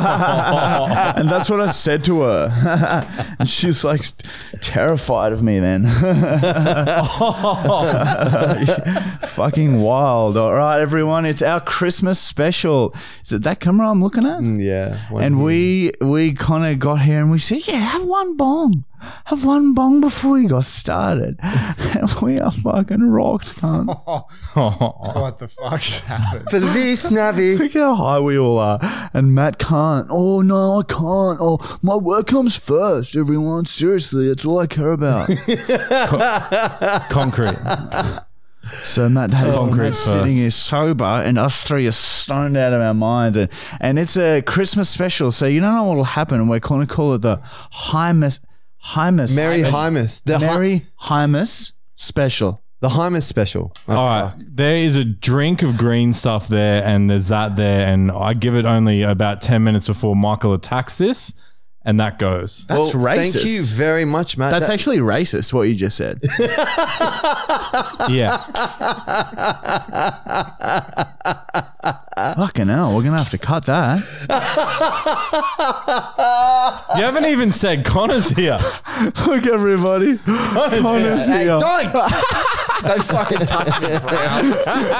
and that's what I said to her. and she's like terrified of me, man. Fucking wild. All right, everyone. It's our Christmas special. Is it that camera I'm looking at? Mm, yeah. And we we kind of got here and we said, yeah, have one bong, have one bong before we got started, and we are fucking rocked, cunt. What the fuck happened? Feliz Navi. Look how high we all are, and Matt can't. Oh no, I can't. Oh, my work comes first. Everyone, seriously, it's all I care about. Concrete. So Matt Oh, Concrete Hazelnut sitting first. here sober, and us three are stoned out of our minds, and, and it's a Christmas special, so you don't know what will happen. We're going to call it the Hymus, Hymus, Mary Hymus. The, Hy- Mary Hymus special. the Hymus special. All right. There is a drink of green stuff there, and there's that there. And I give it only about 10 minutes before Michael attacks this, and that goes. That's racist. Thank you very much, Matt. That's That- actually racist. What you just said. Yeah. Fucking hell, we're gonna have to cut that. You haven't even said Connor's here. Look, everybody. Connor's here. Honestly, uh, Don't! Don't fucking touch me, bro.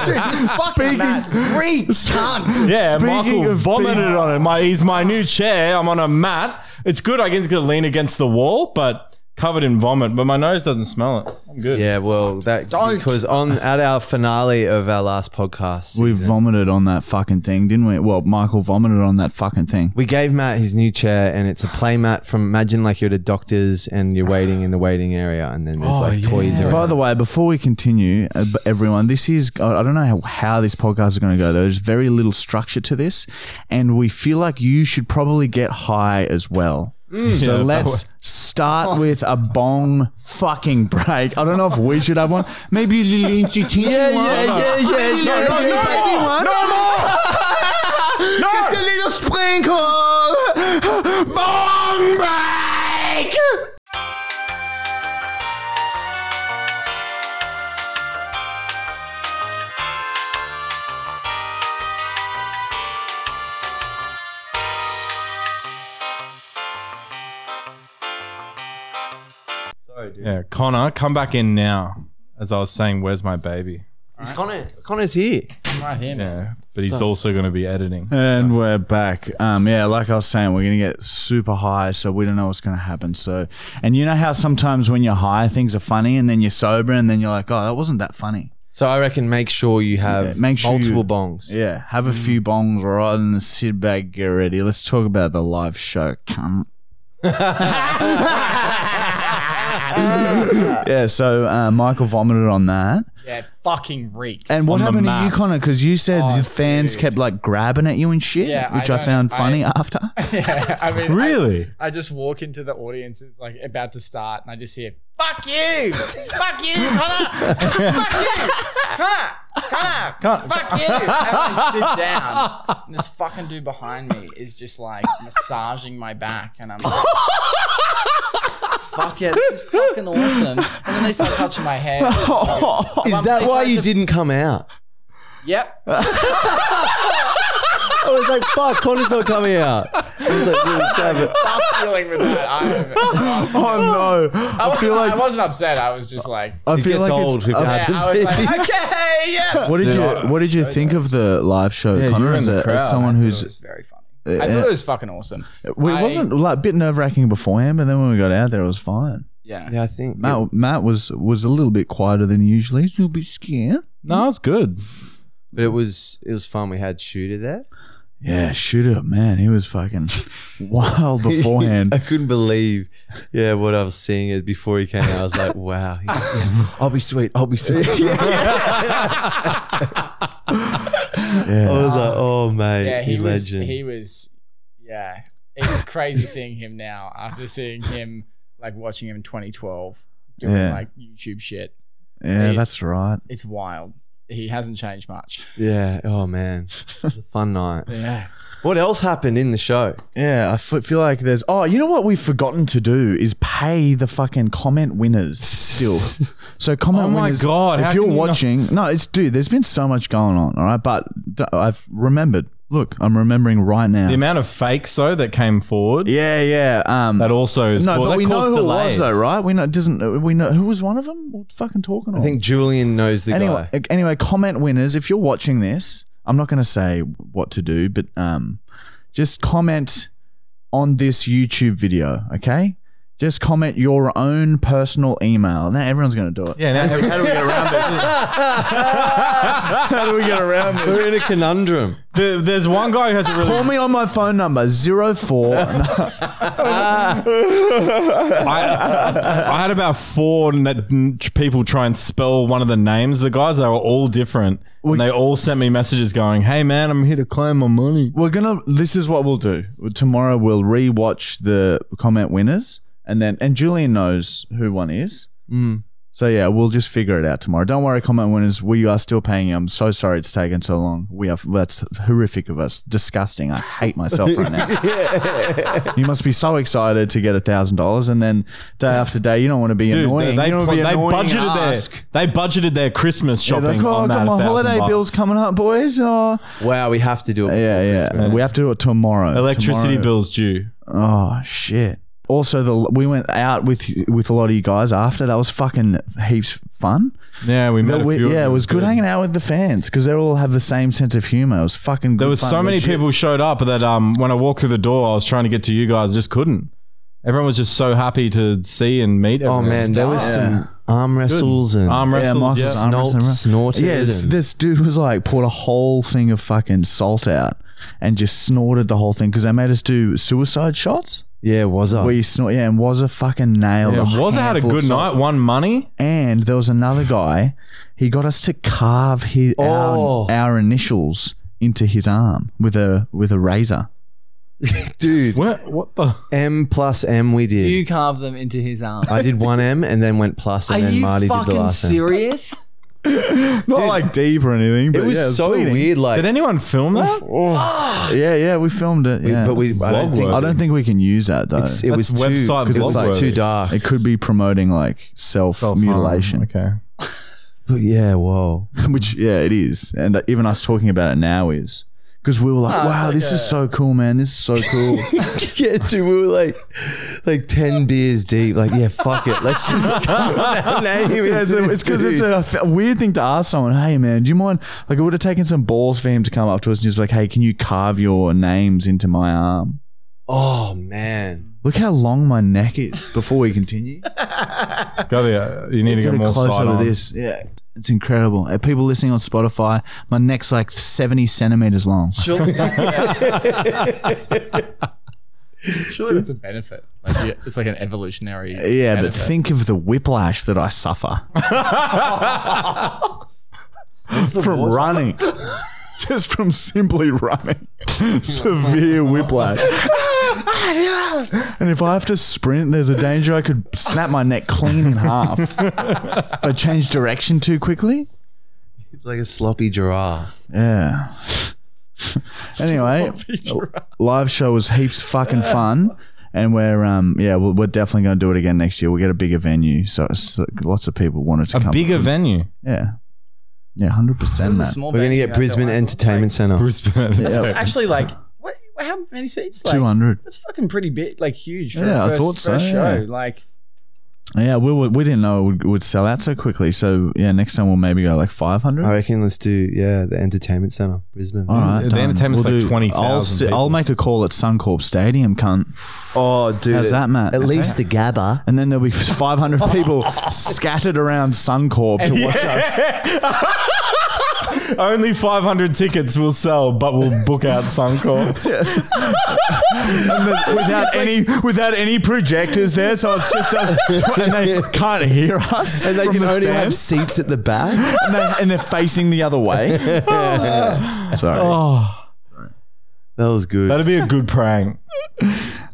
Dude, this fucking man. Retard. Yeah, Speaking Michael of vomited being- on it. My, he's my new chair. I'm on a mat. It's good. I can get lean against the wall, but covered in vomit. But my nose doesn't smell it. I'm good. Yeah, well, that Don't. because on at our finale of our last podcast, we vomited on that fucking thing, didn't we? Well, Michael vomited on that fucking thing. we gave Matt his new chair, and it's a play mat from imagine like you're at a doctor's and you're waiting in the waiting area, and then there's like toys around. By the way, before we continue, uh, b- everyone, this is, I I don't know how, how this podcast is going to go. There's very little structure to this, and we feel like you should probably get high as well. Mm. so let's start with a bong fucking break. I don't know if we should have one. Maybe Lily and Chichi one. yeah, yeah, no, no, no, no, Just a little sprinkle. Bong break. Yeah, Connor, come back in now. As I was saying, where's my baby? It's Connor. Connor's here. Right here, man. Yeah, but he's also going to be editing. And we're back. Um, yeah, like I was saying, we're gonna get super high, so we don't know what's gonna happen. So, and you know how sometimes when you're high, things are funny, and then you're sober, and then you're like, oh, that wasn't that funny. So I reckon make sure you have Yeah, make sure multiple you- bongs. Yeah, have a few bongs right in the sit bag, get ready. Let's talk about the live show. Come. yeah, so uh, Michael vomited on that. Yeah, it fucking reeks. And what On the happened to mat. you, Connor? Because you said Oh, the fans dude. kept like grabbing at you and shit, Yeah, which I I, don't- found I- funny after. yeah, I mean, I- Really? I, just walk into the audience. It's like about to start, and I just hear "fuck you, fuck you, Connor, fuck you, Connor, Connor, fuck you." And I sit down, and this fucking dude behind me is just like massaging my back, and I'm like. Fuck yeah, this is fucking awesome. And then they start touching my hair. Is Well, that they why tried you to- didn't come out? Yep. I was like, fuck, Connor's not coming out. I was like, dude, let's have it. Stop dealing with that. I, oh no! I, wasn't, I, feel like- wasn't upset. I was just like, I It feel gets like it's- old if it I- yeah, I was happens. like, okay, yeah. What did Dude, you I- What did you think of the live show, you Connor? were in As, the a, as crowd. someone It who's was it very funny. Uh, I thought it was fucking awesome. I- wasn't like a bit nerve wracking beforehand, but then when we got out there, it was fine. Yeah. yeah, I think. Matt Matt was was a little bit quieter than usually. He's a little bit scared. No, it's good. But it was it was fun. We had Shooter there. Yeah, shoot up, man. He was fucking wild I beforehand. couldn't believe, yeah, what I was seeing is before he came. I was like, wow, he's- I'll be sweet. I'll be sweet. I Yeah. was like, oh mate, Yeah, he you was. legend. He was. Yeah, it's crazy seeing him now after seeing him like watching him in 2012 doing Yeah. like YouTube shit. yeah, he- that's right. It's wild. he hasn't changed much. Yeah. Oh man, it was a fun night. Yeah. What else happened in the show? Yeah, I f- feel like there's. Oh, you know what we've forgotten to do is pay the fucking comment winners still. so comment Oh my winners. God, how If you're can you not- watching, no, it's dude. There's been so much going on. All right, but d- I've remembered. Look, I'm remembering right now. The amount of fakes though that came forward. yeah, yeah. Um, That also is no, caused- but that we know caused who delays. it was though, right? We know it doesn't. We know who was one of them. We're fucking talking. I think Julian knows the anyway, guy. anyway, comment winners. If you're watching this, I'm not going to say what to do, but um, just comment on this YouTube video, okay? Just comment your own personal email. Now everyone's going to do it. Yeah. Now, how do we get around this? How do we get around this? We're in a conundrum. There- there's one guy who has a really Call me on my phone number zero four. I, I had about four n- people try and spell one of the names. of The guys they were all different, and they all sent me messages going, "Hey man, I'm here to claim my money." We're gonna. This is what we'll do. Tomorrow we'll re-watch the comment winners, and then and Julian knows who one is. Mm. So yeah, we'll just figure it out tomorrow. Don't worry, comment winners. We are still paying you. I'm so sorry it's taken so long. We have that's horrific of us. Disgusting. I hate myself right now. you must be so excited to get a thousand dollars, and then day after day you don't want to be Dude, annoying. they, they, you don't put- want to they be annoying and budgeted ask. their they budgeted their Christmas Yeah, shopping like, oh, I on that. got my 1,000 holiday bucks. bills coming up, boys. Oh. Wow, we have to do it. Yeah, yeah. We have to do it tomorrow. Electricity Tomorrow. bills due. Oh shit! Also, the we went out with with a lot of you guys after. That was fucking heaps fun. Yeah, we met. But a we- few of yeah, it them. was good hanging out with the fans because they all have the same sense of humor. It was fucking. Good There was fun, so many legit. people showed up that um, when I walked through the door, I was trying to get to you guys, just couldn't. Everyone was just so happy to see and meet. Oh everyone. man, there was some arm wrestles and arm Yeah, wrestles. Michael's yeah. arm wrestling Snort- around. snorted Yeah, it's, and- this dude was like poured a whole thing of fucking salt out and just snorted the whole thing because they made us do suicide shots yeah, was I? where you snort. Yeah, and was a fucking nail. Yeah, was I had a good night, won money. and there was another guy. He got us to carve his Oh. our, our initials into his arm with a with a razor. Dude, What, what the? M plus M we did. You carved them into his arm. I did one M and then went plus, and then Marty did the last M. serious? Not like deep or anything, but It was yeah, so bleeding. weird, like, Did anyone film that? Yeah, yeah, we filmed it. we- yeah. but we. I don't Vlog think I don't think we can use that though. it's, it was too. That's website 'cause it's blog like worthy. too dark. it could be promoting like self mutilation, Okay. But yeah, whoa. which yeah, it is. And even us talking about it now is because we were Ah, like, "Wow, this is so cool, man! This is so cool." yeah, dude, we were like, like ten beers deep. Like, yeah, fuck it, let's just come our name. Yeah, it's into this because it's, dude. a f- weird thing to ask someone. Hey, man, do you mind? Like, it would have taken some balls for him to come up to us and just be like, "Hey, can you carve your names into my arm?" Oh man, Look how long my neck is. Before we continue, Oh, Go there. You need to Get get a more close sight up of on. this. Yeah, it's incredible. Uh, people listening on Spotify, my neck's like seventy centimeters long. Surely that's a benefit. Like yeah, it's like an evolutionary. Yeah, but benefit. think of the whiplash that I suffer from running. Just from simply running. Severe whiplash. and if I have to sprint, there's a danger I could snap my neck clean in half. if I change direction too quickly. It's like a sloppy giraffe. Yeah. anyway, oh, live show was heaps fucking fun. And we're um yeah we're, we're definitely going to do it again next year. We'll get a bigger venue, so, so lots of people wanted to A come. bigger venue. yeah, yeah, hundred percent. It's a That small We're gonna venue get out there, Brisbane Oh, I thought, Entertainment Centre. Brisbane. like- Yeah. It's actually like what, how many seats? Like, two hundred. That's fucking pretty big, like huge. For Yeah, a I first, thought so, first yeah. show. Like Yeah, we were, we didn't know it would, would sell out so quickly. So yeah, next time we'll maybe go like five hundred. I reckon let's do yeah the Entertainment Centre, Brisbane. All right, The done. entertainment's like do- 20,000 I'll, si- people. I'll make a call at Suncorp Stadium, cunt. Oh, dude, How's that, Matt? At least the Gabba. And then there'll be 500 people scattered around Suncorp to watch us. Only 500 tickets will sell, but we'll book out Suncorp. And the- without any without any projectors there, so it's just us, and they can't hear us. And they from can the only have stands. seats at the back. and, they, and they're facing the other way. Sorry. oh, That was good. that'd be a good prank.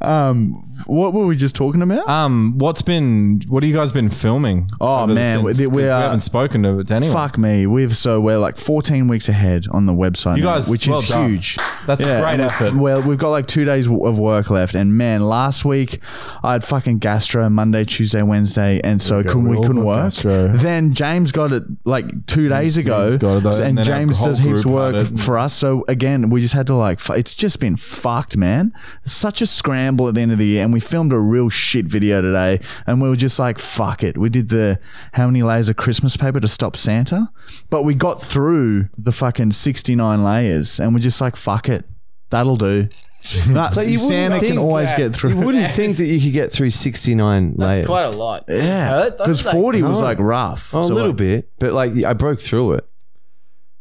Um, What were we just talking about? Um, what's been? What have you guys been filming? Oh, over the- man, we- 'cause we are- haven't spoken to it to anyone. Fuck me. We've so we're like 14 weeks ahead on the website, You now, guys- which well is done. huge. That's a great and we've- effort. Well, we've got like two days w- of work left, and man, last week I had fucking gastro Monday, Tuesday, Wednesday, and so couldn't we we all couldn't got work. gastro. Then James got it like two days ago, got it, though, so- and, and then our James whole does heaps of group had work it. for us. So again, we just had to like fu- it's just been fucked, man. Such a scramble at the end of the year, and we filmed a real shit video today, and we were just like, fuck it. We did the how many layers of Christmas paper to stop Santa, but we got through the fucking sixty nine layers, and we're just like, fuck it, that'll do. Nah, you wouldn't Santa can think always that- get through. You wouldn't think that you could get through 69 That's layers. quite a lot. yeah, Hurt? That because was like- forty was No. like rough. Oh, So, a little like, bit, but like I broke through it.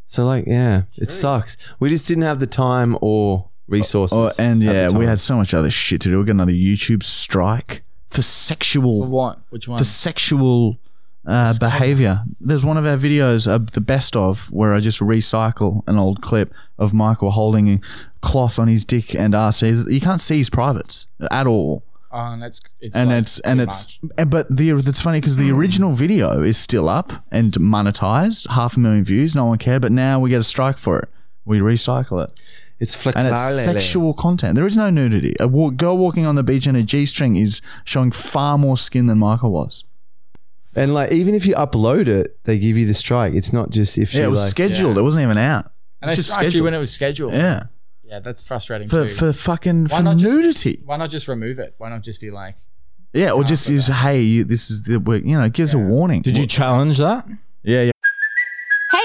So like, yeah, it sucks. We just didn't have the time or resources. Oh, and at the yeah, we time. had so much other shit to do. We got another YouTube strike for sexual For what? Which one? for sexual uh, behavior. There's one of our videos, uh, the best of, where I just recycle an old clip of Michael holding cloth on his dick and ass. He's- You can't see his privates at all oh, and that's it's and like it's and too it's much. and, but the that's funny because the original video is still up and monetized, half a million views, no one cared. But now we get a strike for it. We recycle it, it's flexible. and it's sexual content. There is no nudity. A wa- girl walking on the beach in a g-string is showing far more skin than Michael was. And like, even if you upload it, they give you the strike. It's not just if you Yeah, it was like, scheduled. It wasn't even out. and it's they just strike you scheduled. when it was scheduled. yeah, Yeah, that's frustrating for too. for fucking Why for not just- nudity. Why not just remove it? Why not just be like, yeah, or just use hey, you, this is the work. You know, it gives a warning. Did you challenge that? Yeah, yeah. Hey,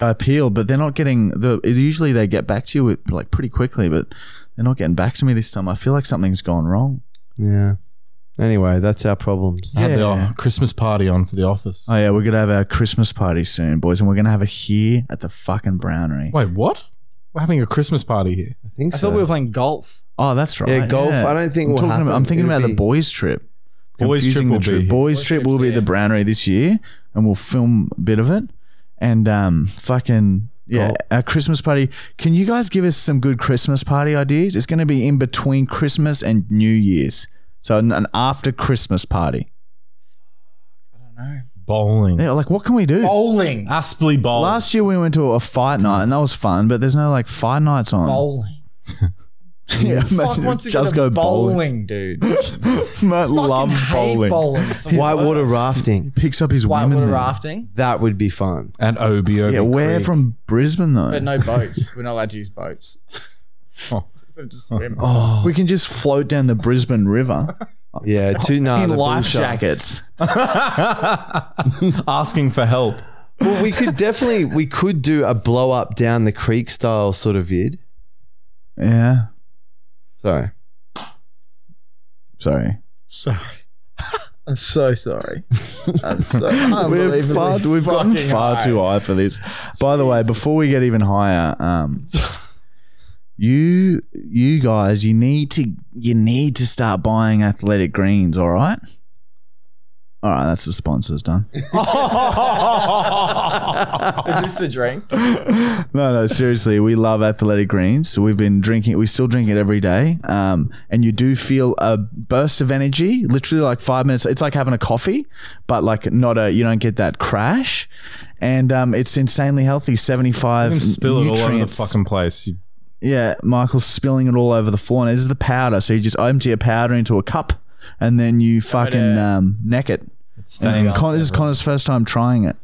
appeal, but they're not getting the. Usually they get back to you with, like pretty quickly, but they're not getting back to me this time. I feel like something's gone wrong. Yeah. Anyway, that's our problems. I had the Yeah. oh, Christmas party on for the office. Oh yeah, we're gonna have our Christmas party soon, boys, and we're gonna have it here at the fucking Brownery. Wait, what? We're having a Christmas party here. I think I so. thought we were playing golf. Oh, that's right. Yeah, golf, I don't think I'm will talking happen. about. I'm thinking It'll about be- the boys trip. Boys Confusing trip will the be here. Boys, trip will be trip's the Brownery this year, and we'll film a bit of it, and um, fucking. Yeah, Cool. our Christmas party. Can you guys give us some good Christmas party ideas? It's going to be in between Christmas and New Year's, so an, an after Christmas party. Bowling. Yeah, like what can we do? Bowling. Aspley bowling. Last year we went to a fight night and that was fun, but there's no like fight nights on. Bowling. yeah, Fuck imagine wants to just go go to bowling, dude. Matt Fucking loves hate bowling. bowling. Whitewater rafting. Picks up his women. Whitewater there. rafting, That would be fun. At Obio. Yeah, we're from Brisbane though. but no boats. We're not allowed to use boats. Oh. So just swim. We can just float down the Brisbane River Yeah, two nah, in the bull life sharks. jackets. Asking for help. Well, we could definitely we could do a blow up down the creek style sort of vid. Yeah. Sorry. Sorry. Sorry. I'm so sorry. I'm so We're far, we've gotten fucking far high. too high for this. By the way, before we get even higher, um, you you guys, you need to you need to start buying athletic greens. All right. All right, that's the sponsors done. Is this the drink? No, no, seriously, we love athletic greens. We've been drinking, we still drink it every day. Um, and you do feel a burst of energy, literally like five minutes. It's like having a coffee, but like not a, you don't get that crash. And um, it's insanely healthy, I can 75 spill it all over the nutrients. fucking place. You- Yeah, Michael's spilling it all over the floor. And this is the powder. So you just empty a powder into a cup and then you fucking um, neck it. stained And up Con- this is everywhere. Connor's first time trying it.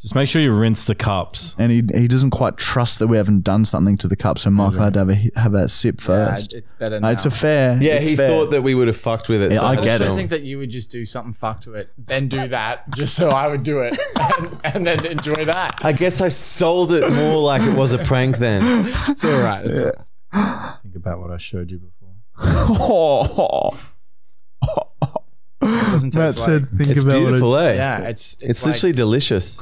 Just make sure you rinse the cups. and he, he doesn't quite trust that we haven't done something to the cup. So Michael had to have a, have a sip first. Yeah, it's better No, now. it's a fair. Yeah, it's he fair. thought that we would have fucked with it. Yeah, I I get also it. think that you would just do something fucked to it, then do that, just so I would do it, and, and then enjoy that. I guess I sold it more like it was a prank then. It's all right. It's all right. Think about what I showed you before. It doesn't Matt taste said, like. think It's about beautiful, what eh? Yeah, it's it's, It's like- literally delicious.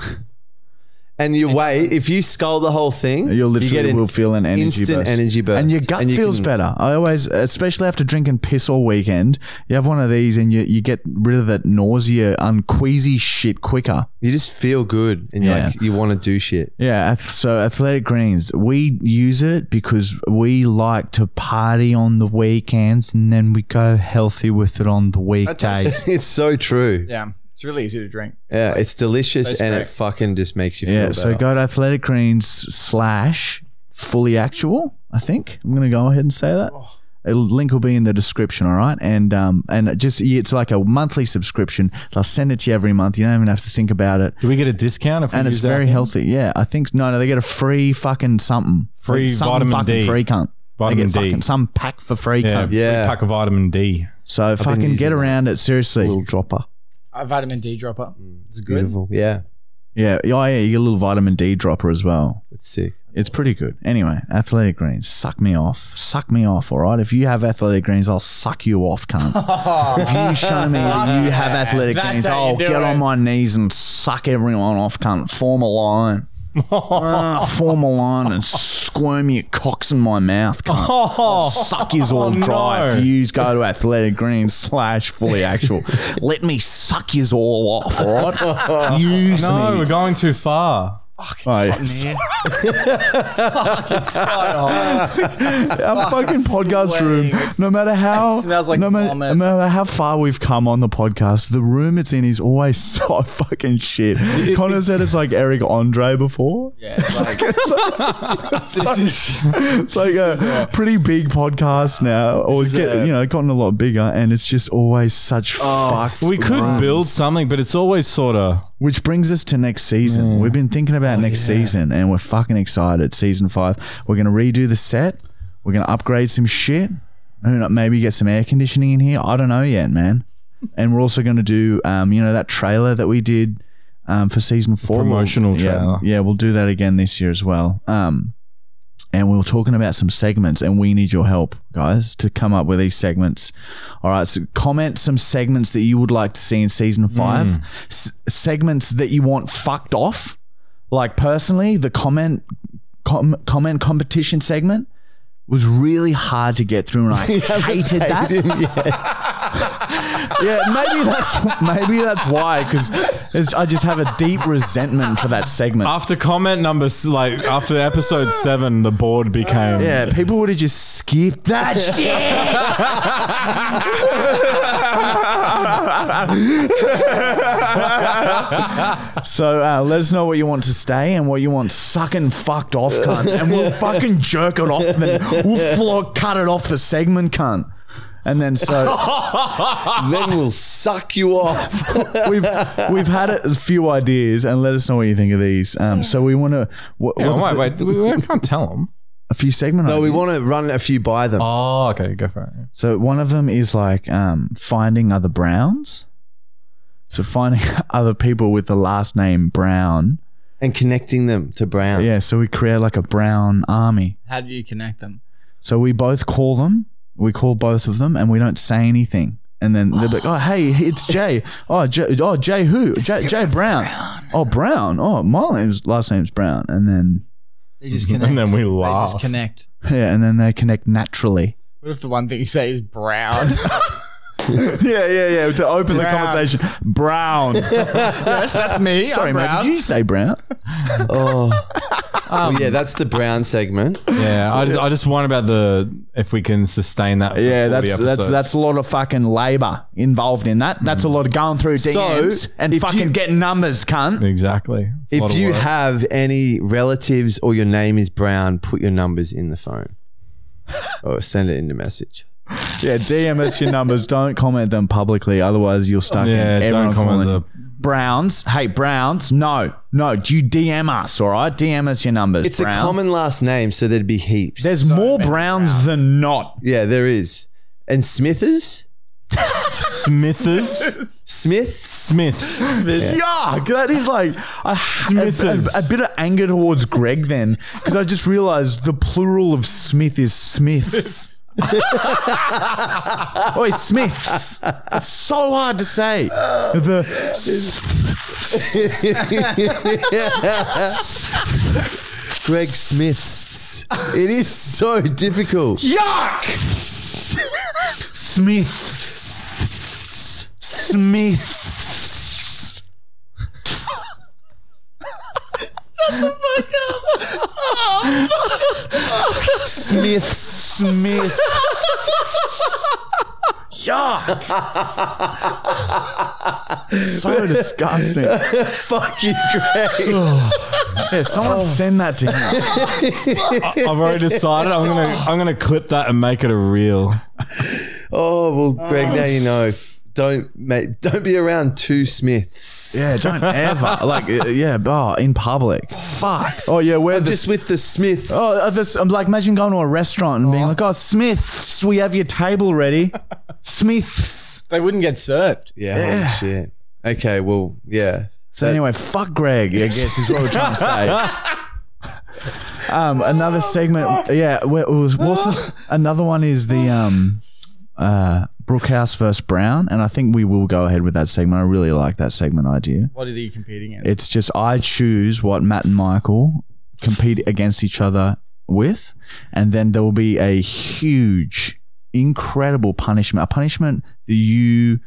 And you wait, if you scull the whole thing, it, you'll literally an will feel an energy instant burst. energy burst, and your gut you feels can- better. I always, especially after drinking piss all weekend, you have one of these and you, you get rid of that nausea, unqueasy shit quicker. You just feel good, and you're Yeah. like you want to do shit. Yeah, ath- so Athletic Greens, we use it because we like to party on the weekends and then we go healthy with it on the weekdays. It's so true. yeah, it's really easy to drink. Yeah, it's delicious, Tastes and it great. fucking just makes you feel Yeah, better. so go to Athletic Greens slash fully actual, I think. I'm going to go ahead and say that. Oh. A link will be in the description, all right? And um, and just it's like a monthly subscription. They'll send it to you every month. You don't even have to think about it. Do we get a discount if we And use it's our very thing? healthy. Yeah, I think no, no, they get a free fucking something, Free something vitamin fucking D. free cunt. Vitamin they get D. fucking some pack for free Yeah, cunt. Yeah. free pack of vitamin D. So fucking using get that. around it seriously. little dropper. A vitamin D dropper. It's good. Beautiful. Yeah, Yeah, oh yeah, you get a little vitamin D dropper as well. it's sick. It's pretty good. Anyway, athletic greens, suck me off. Suck me off, all right? If you have athletic greens, I'll suck you off, cunt. if you show me that you have athletic That's greens, how you I'll do get it. on my knees and suck everyone off, cunt. Form a line. Ah, form a line and squirm your cocks in my mouth, cunt. I'll suck yous Oh, all dry no. if yous go to athletic greens slash fully actual. Let me suck yous all off, all right? Use No, me. we're going too far. Right. Oh, Our fucking podcast room. sweating. No matter how It smells like no, ma- vomit. no matter how far we've come on the podcast, the room it's in is always so fucking shit. Connor said it's like Eric Andre before. Yeah, it's like, this is It's like a pretty big podcast now, or it's is get, a- Oh, you know gotten a lot bigger, and it's just always such fucked. We could rooms. build something, but it's always sort of Which brings us to next season. We've been thinking Oh, about next season and we're fucking excited. Season five. We're going to redo the set. We're going to upgrade some shit. Who know- Maybe get some air conditioning in here. I don't know yet, man. And we're also going to do, um, you know, that trailer that we did um, for season four. promotional We'll- yeah, trailer. Yeah, we'll do that again this year as well. Um, and we were talking about some segments, and we need your help, guys, to come up with these segments. All right, so comment some segments that you would like to see in season five, Hmm. S- segments that you want fucked off. Like personally, the comment com- comment competition segment was really hard to get through, and I hated that. yeah, maybe that's maybe that's why, because I just have a deep resentment for that segment. after comment number s- like after episode seven, the board became Yeah, people would have just skipped that shit. so uh, let us know what you want to stay and what you want sucking fucked off, cunt. And we'll fucking jerk it off. Then we'll flog, cut it off the segment, cunt. And then so then we'll suck you off. we've we've had a few ideas, and let us know what you think of these. Um, so we want to Yeah, Oh, wait, wait, we, we can't tell them. a few segment. No, we ideas. want to run a few by them. Oh, okay, go for it. yeah. So one of them is like um, finding other Browns. So finding other people with the last name Brown. and connecting them to Brown. Yeah. So we create like a Brown army. how do you connect them? So we both call them. We call both of them, and we don't say anything. And then they're like, "Oh, hey, it's Jay. Oh, Jay. Oh, Jay. Who? Jay, Jay Brown. Oh, Brown. Oh, my name's last name's Brown." And then They just connect. And then we They laugh. just connect. yeah, and then they connect naturally. What if the one thing you say is brown? yeah, yeah, yeah. To open Brown. Brown. yes, that's me. Sorry, I'm mate. brown. Did you say Brown? Oh, yeah, that's the Brown segment. Yeah, I just I just wonder about the if we can sustain that. For Yeah, that's 40 that's episodes. that's a lot of fucking labour involved in that. That's a lot of going through DMs and if fucking you- getting numbers, cunt. exactly. It's a lot If of you work. have any relatives or your name is Brown, put your numbers in the phone or send it in the message. Yeah, DM us your numbers. Don't comment them publicly, otherwise you'll stuck Yeah, in everyone don't comment calling. Browns. Hey, Browns. No, no. Do you DM us? All right, DM us your numbers. It's Brown. a common last name, so there'd be heaps. There's more Browns, than not. yeah, there is. And Smithers? Smithers, Smiths? Smiths, Yuck! That is like a, a, Smithers. a- a bit of anger towards Greg then, because I just realised the plural of Smith is Smiths. Oi, Smiths. It's so hard to say. The Greg Smith. It is so difficult. Smiths. Smiths. Smith. Smith. Yuck. so disgusting. Fuck you, Greg. Yeah, someone send that to him. I've already decided I'm gonna I'm gonna clip that and make it a reel. Oh well, Greg. Now you know. Don't mate, don't be around two Smiths. Yeah, don't ever. Like, uh, yeah, oh, in public. Fuck. Oh, yeah, we're the. Just with the Smiths. oh, uh, this, I'm like, imagine going to a restaurant and being like, oh, Smiths, we have your table ready. Smiths. They wouldn't get served. Yeah, holy shit. Okay, well, yeah. So, anyway, fuck Greg, I guess is what we're trying to say. Um, another segment. Yeah, where, was, what's- another one is the um, uh, Brookhouse versus Brown. And I think we will go ahead with that segment. I really like that segment idea. What are you competing in? It's just I choose what Matt and Michael compete against each other with, and then there will be a huge, incredible punishment—a punishment that you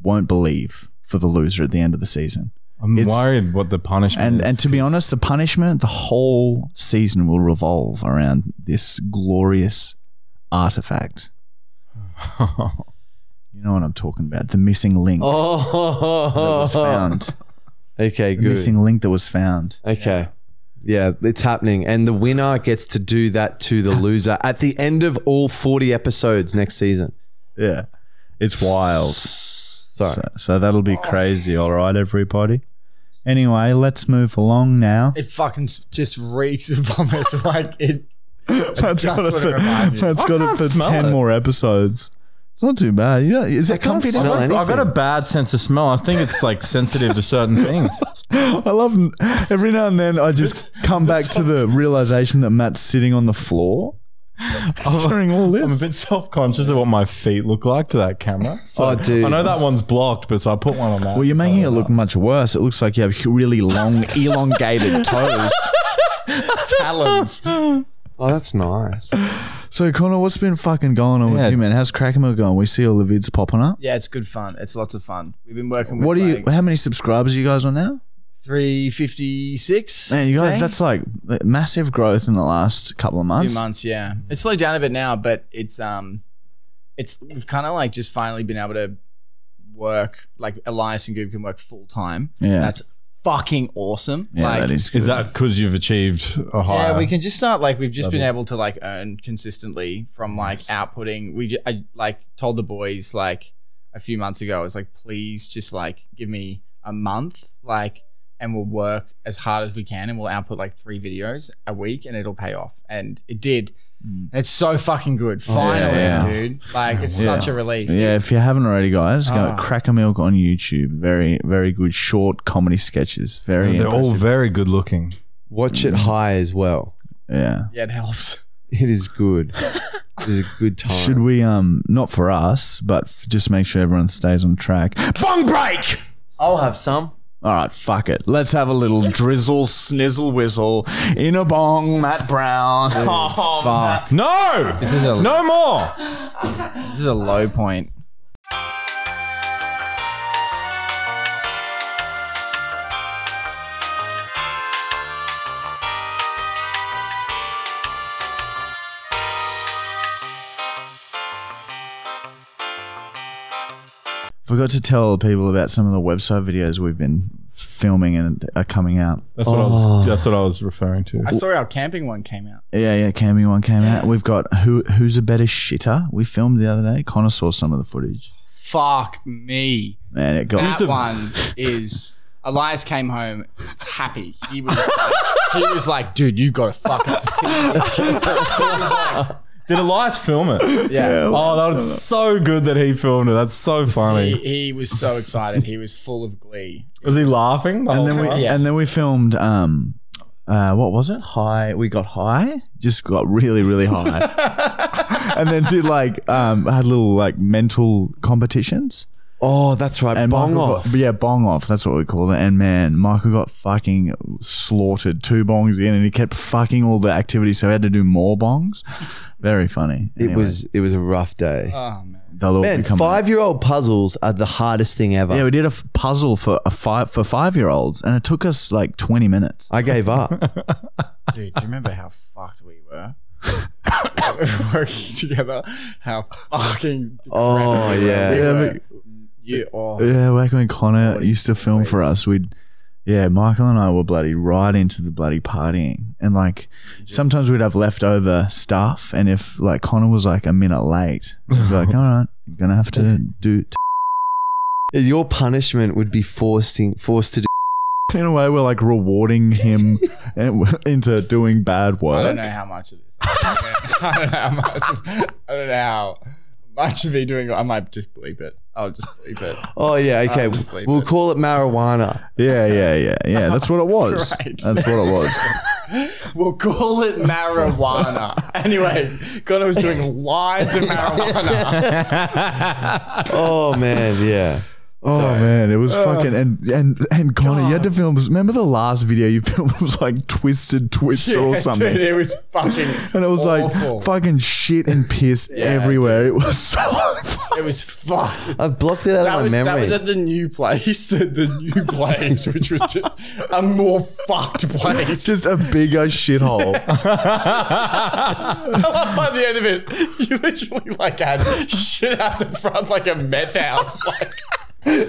won't believe for the loser at the end of the season. I'm It's- worried what the punishment And is. and to be honest, the punishment, the whole season will revolve around this glorious artifact. you know what I'm talking about? The missing link that Oh, was found. okay, The good. missing link that was found. Okay. Yeah, it's happening. And the winner gets to do that to the loser at the end of all 40 episodes next season. Yeah. It's wild. Sorry. So, so that'll Oh. be crazy, all right, everybody. Anyway, let's move along now. It fucking s- just reeks of vomit. like it. That's just got it wanna for, remind you. that's I got it can't for smell ten it. more episodes. It's not too bad. Yeah, is it can't comfy? smell enough? I've got- I've got a bad sense of smell. I think it's like sensitive to certain things. I love every now and then. I just come back to the realization that Matt's sitting on the floor during all Oh, I'm a this. bit self conscious of what my feet look like to that camera. So Oh, dude. I know that one's blocked, but so I put one on that. Well, you're making it look much worse. It looks like you have really long, elongated toes. Talons. Oh, that's nice. So, Connor, what's been fucking going on Yeah. with you, man? How's Krakenmill going? We see all the vids popping up. yeah, it's good fun. It's lots of fun. We've been working with What are you? like How many subscribers are you guys on now? 356. Man, you guys, Okay. that's like massive growth in the last couple of few months. months, yeah. It's slowed down a bit now, but it's um it's we've kind of like just finally been able to work like Elias and Goob can work full time. Yeah. That's fucking awesome. Yeah, like that is. Good. Is that because you've achieved a higher? Yeah, we can just start like we've just been able to like earn consistently from like outputting. We ju- I like told the boys like a few months ago. I was like, please just like give me a month, like, and we'll work as hard as we can, and we'll output like three videos a week, and it'll pay off. And it did. And It's so fucking good. Finally, Mm. Oh, yeah. dude. Like it's Yeah. such a relief. Yeah, if you haven't already, guys, go Ah. Cracker Milk on YouTube. Very, very good short comedy sketches. Very They're all impressive. very good looking. Watch it high as well. yeah. Yeah, it helps. It is good. It is a good time. Should we, um, not for us, but f- just make sure everyone stays on track. Bong break! I'll have some. All right, fuck it. Let's have a little drizzle, snizzle, whistle in a bong, Matt Brown. Oh, fuck. No, This is a no more. this is a low point. Forgot to tell people about some of the website videos we've been f- filming and are coming out. That's what I was. That's what I was referring to. I saw our camping one came out. Yeah, yeah, Cammy one came out. We've got who who's a better shitter. We filmed the other day. Connor saw some of the footage. Fuck me. Man, it got that one is Elias came home happy. He was like, he was like, dude, you gotta fucking see this." He was like, Did Elias film it? yeah. Oh, that was so good that he filmed it. That's so He, funny. he was so excited. He was full of glee. Was he laughing? The and whole then we time? Yeah. and then we filmed um uh what was it high we got high just got really really high and then did like um, had little like mental competitions. Oh, that's right. And Bong Michael off. Got, yeah, bong off. That's what we called it. And man, Michael got fucking slaughtered two bongs in, and he kept fucking all the activities, so he had to do more bongs. Very funny. it was it was a rough day. Ah, they'll all Man, become- five year old puzzles are the hardest thing ever. Yeah, we did a f- puzzle for a five for five year olds, and it took us like twenty minutes. I gave up. Dude, do you remember how fucked we were? we were working together. How fucking. oh yeah. Yeah, were. but- You, oh. Yeah, back when Connor used to film for us, we'd yeah, Michael and I were bloody right into the bloody partying, and like sometimes we'd have leftover stuff, and if like Connor was like a minute late, we'd be like, all right, you're gonna have to do. T-. Your punishment would be forcing forced to do. In a way, we're like rewarding him and- into doing bad work. I don't know how much of this. I don't know how much. Of, I don't know how much of me doing. it. I might just bleep it. I'll just bleep it. Oh yeah, Ah, okay. just leave We'll it. call it marijuana. Yeah, yeah, yeah, yeah. That's what it was. Christ. That's what it was. We'll call it marijuana. anyway, Connor was doing lines of marijuana. Oh man, yeah. Oh man, it was fucking and and and Connor, you had to film. Remember the last video you filmed was like twisted twister or Yeah, something. Dude, it was fucking. And it was awful. like fucking shit and piss everywhere. It was so It was fucked. I've blocked it out that of was my that memory. was at the new place, the, the new place, which was just a more fucked place. just a bigger shithole. I love by the end of it, you literally like had shit out the front like a meth house. Like,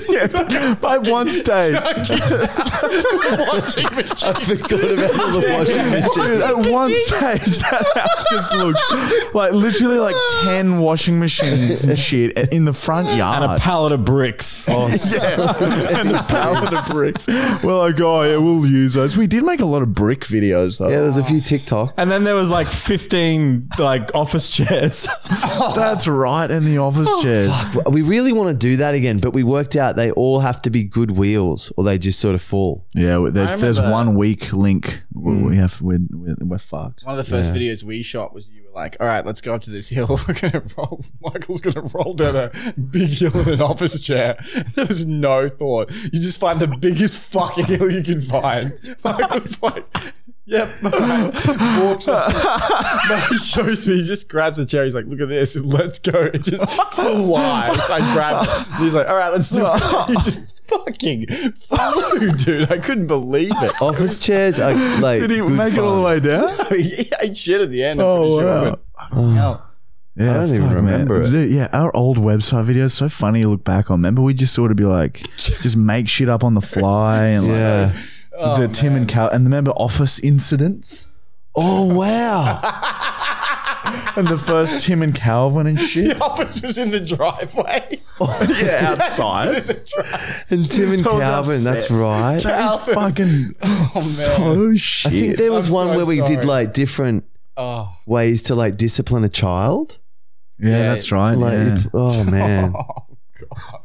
yeah, by one stage. washing machine. I forgot about all the washing Dude, machines. at one stage, that house just looks like literally like 10 washing machines and shit in the front yard. and a pallet of bricks. and a pallet of bricks. Well, like, oh, yeah, we'll use those. We did make a lot of brick videos, though. Yeah, there's a few TikTok. And then there was like 15 like office chairs. That's right, in the office chairs. We really want to do that again, but we worked out they all have to be good wheels or they just sort of fall. Yeah, well, there, I if there's remember- one weak link, we- we have, we're, we're, we're fucked. One of the first videos we shot was you were like, all right, let's go up to this hill. We're going to roll. Michael's going to roll down a big hill in an office chair. There was no thought. You just find the biggest fucking hill you can find. Michael's like, yep. all right. Walks up. Mate shows me, he just grabs the chair. He's like, look at this. Let's go. It just flies. I grab it. He's like, all right, let's do it. He just fucking flew, dude. I couldn't believe it. Office chairs are like. Did he good make it all fun. the way down? he ate shit at the end. Oh, Oh, pretty sure. wow. But fucking hell. Yeah, I don't even remember it. Dude, yeah, our old website videos so funny to look back on. Remember, we just sort of be like, just make shit up on the fly and like Yeah. the Oh, Tim and Cal and remember office incidents Oh wow. and the first Tim and Calvin and shit. The office was in the driveway. yeah, outside. And Tim and That was our Calvin, that's set. right. That is fucking Oh, so shit. I think there was I'm one so where we did sorry. like different Oh, ways to like discipline a child. yeah, that's right. Like, yeah. it- oh man, I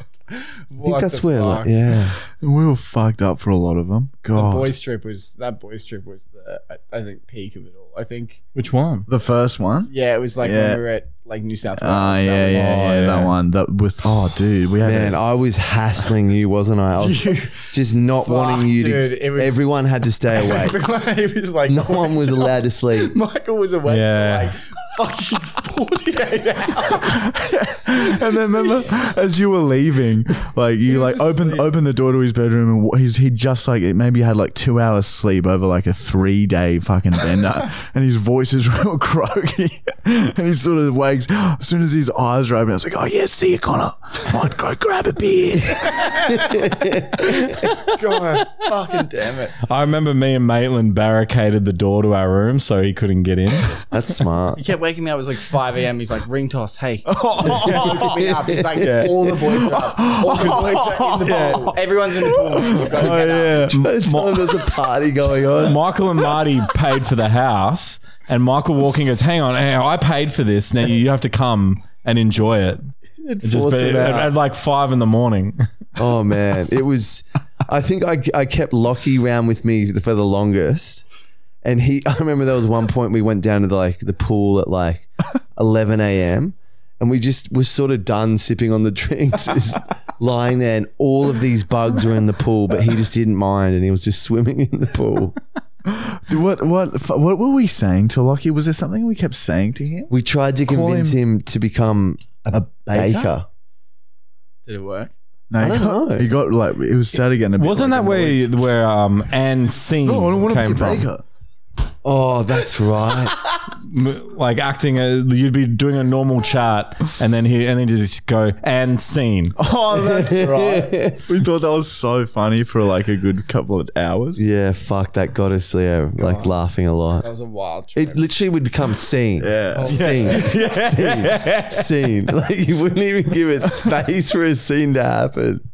think that's where, like, yeah, We were fucked up for a lot of them. The God. boys trip was that boys trip was the I, I think peak of it all. I think Which one? the first one? yeah, it was like Yeah. when we were at like New South Wales. Ah, That yeah, yeah, was- yeah, that one. That with oh, dude, we had man, a- I was hassling you, wasn't I? I was just not wanting you dude, to. it was- everyone had to stay awake. Everyone, it was like no one was allowed to sleep. Michael was away Yeah. for like fucking forty eight hours. And then remember, as you were leaving, like you like open open the door to his bedroom, and wa- he's he just like maybe had like two hours sleep over like a three day fucking bender, and his voice is real croaky, and he sort of wakes as soon as his eyes are open. I was like, oh yeah, see you, Connor. Might go grab a beer. God, fucking damn it! I remember me and Maitland barricaded the door to our room so he couldn't get in. That's smart. He kept waking me up. It was like five a.m. He's like ring toss. Hey, woke me up. He's like all the boys are up. All the boys are in the pool. Everyone's in the pool. We've got to get up. By the time there's a party going on. Michael and Marty paid for the house, and Michael walking goes, "Hang on, hang on, I paid for this. Now you have to come and enjoy it." It just force be- him at, out. at like five in the morning. Oh man, it was. I think I, I kept Lockie round with me for the longest, and he. I remember there was one point we went down to the, like the pool at like 11 a.m. And we just were sort of done sipping on the drinks, just lying there, and all of these bugs were in the pool, but he just didn't mind, and he was just swimming in the pool. What what what were we saying to Lockie? Was there something we kept saying to him? We tried to Call convince him, to become a, baker. Did it work? No, I he don't got, know. he got like it was starting getting a bit. Wasn't like that where annoyed. where um Anne scene No, I don't want to be came a from? baker. Oh, that's right. M- Like acting, a, you'd be doing a normal chart, and then he and then just go and scene. Oh, that's right. we thought that was so funny for like a good couple of hours. yeah, fuck, that got us there, like laughing a lot. That was a wild trip. It literally would become scene. Yeah. Scene. Scene. Scene. Like you wouldn't even give it space for a scene to happen.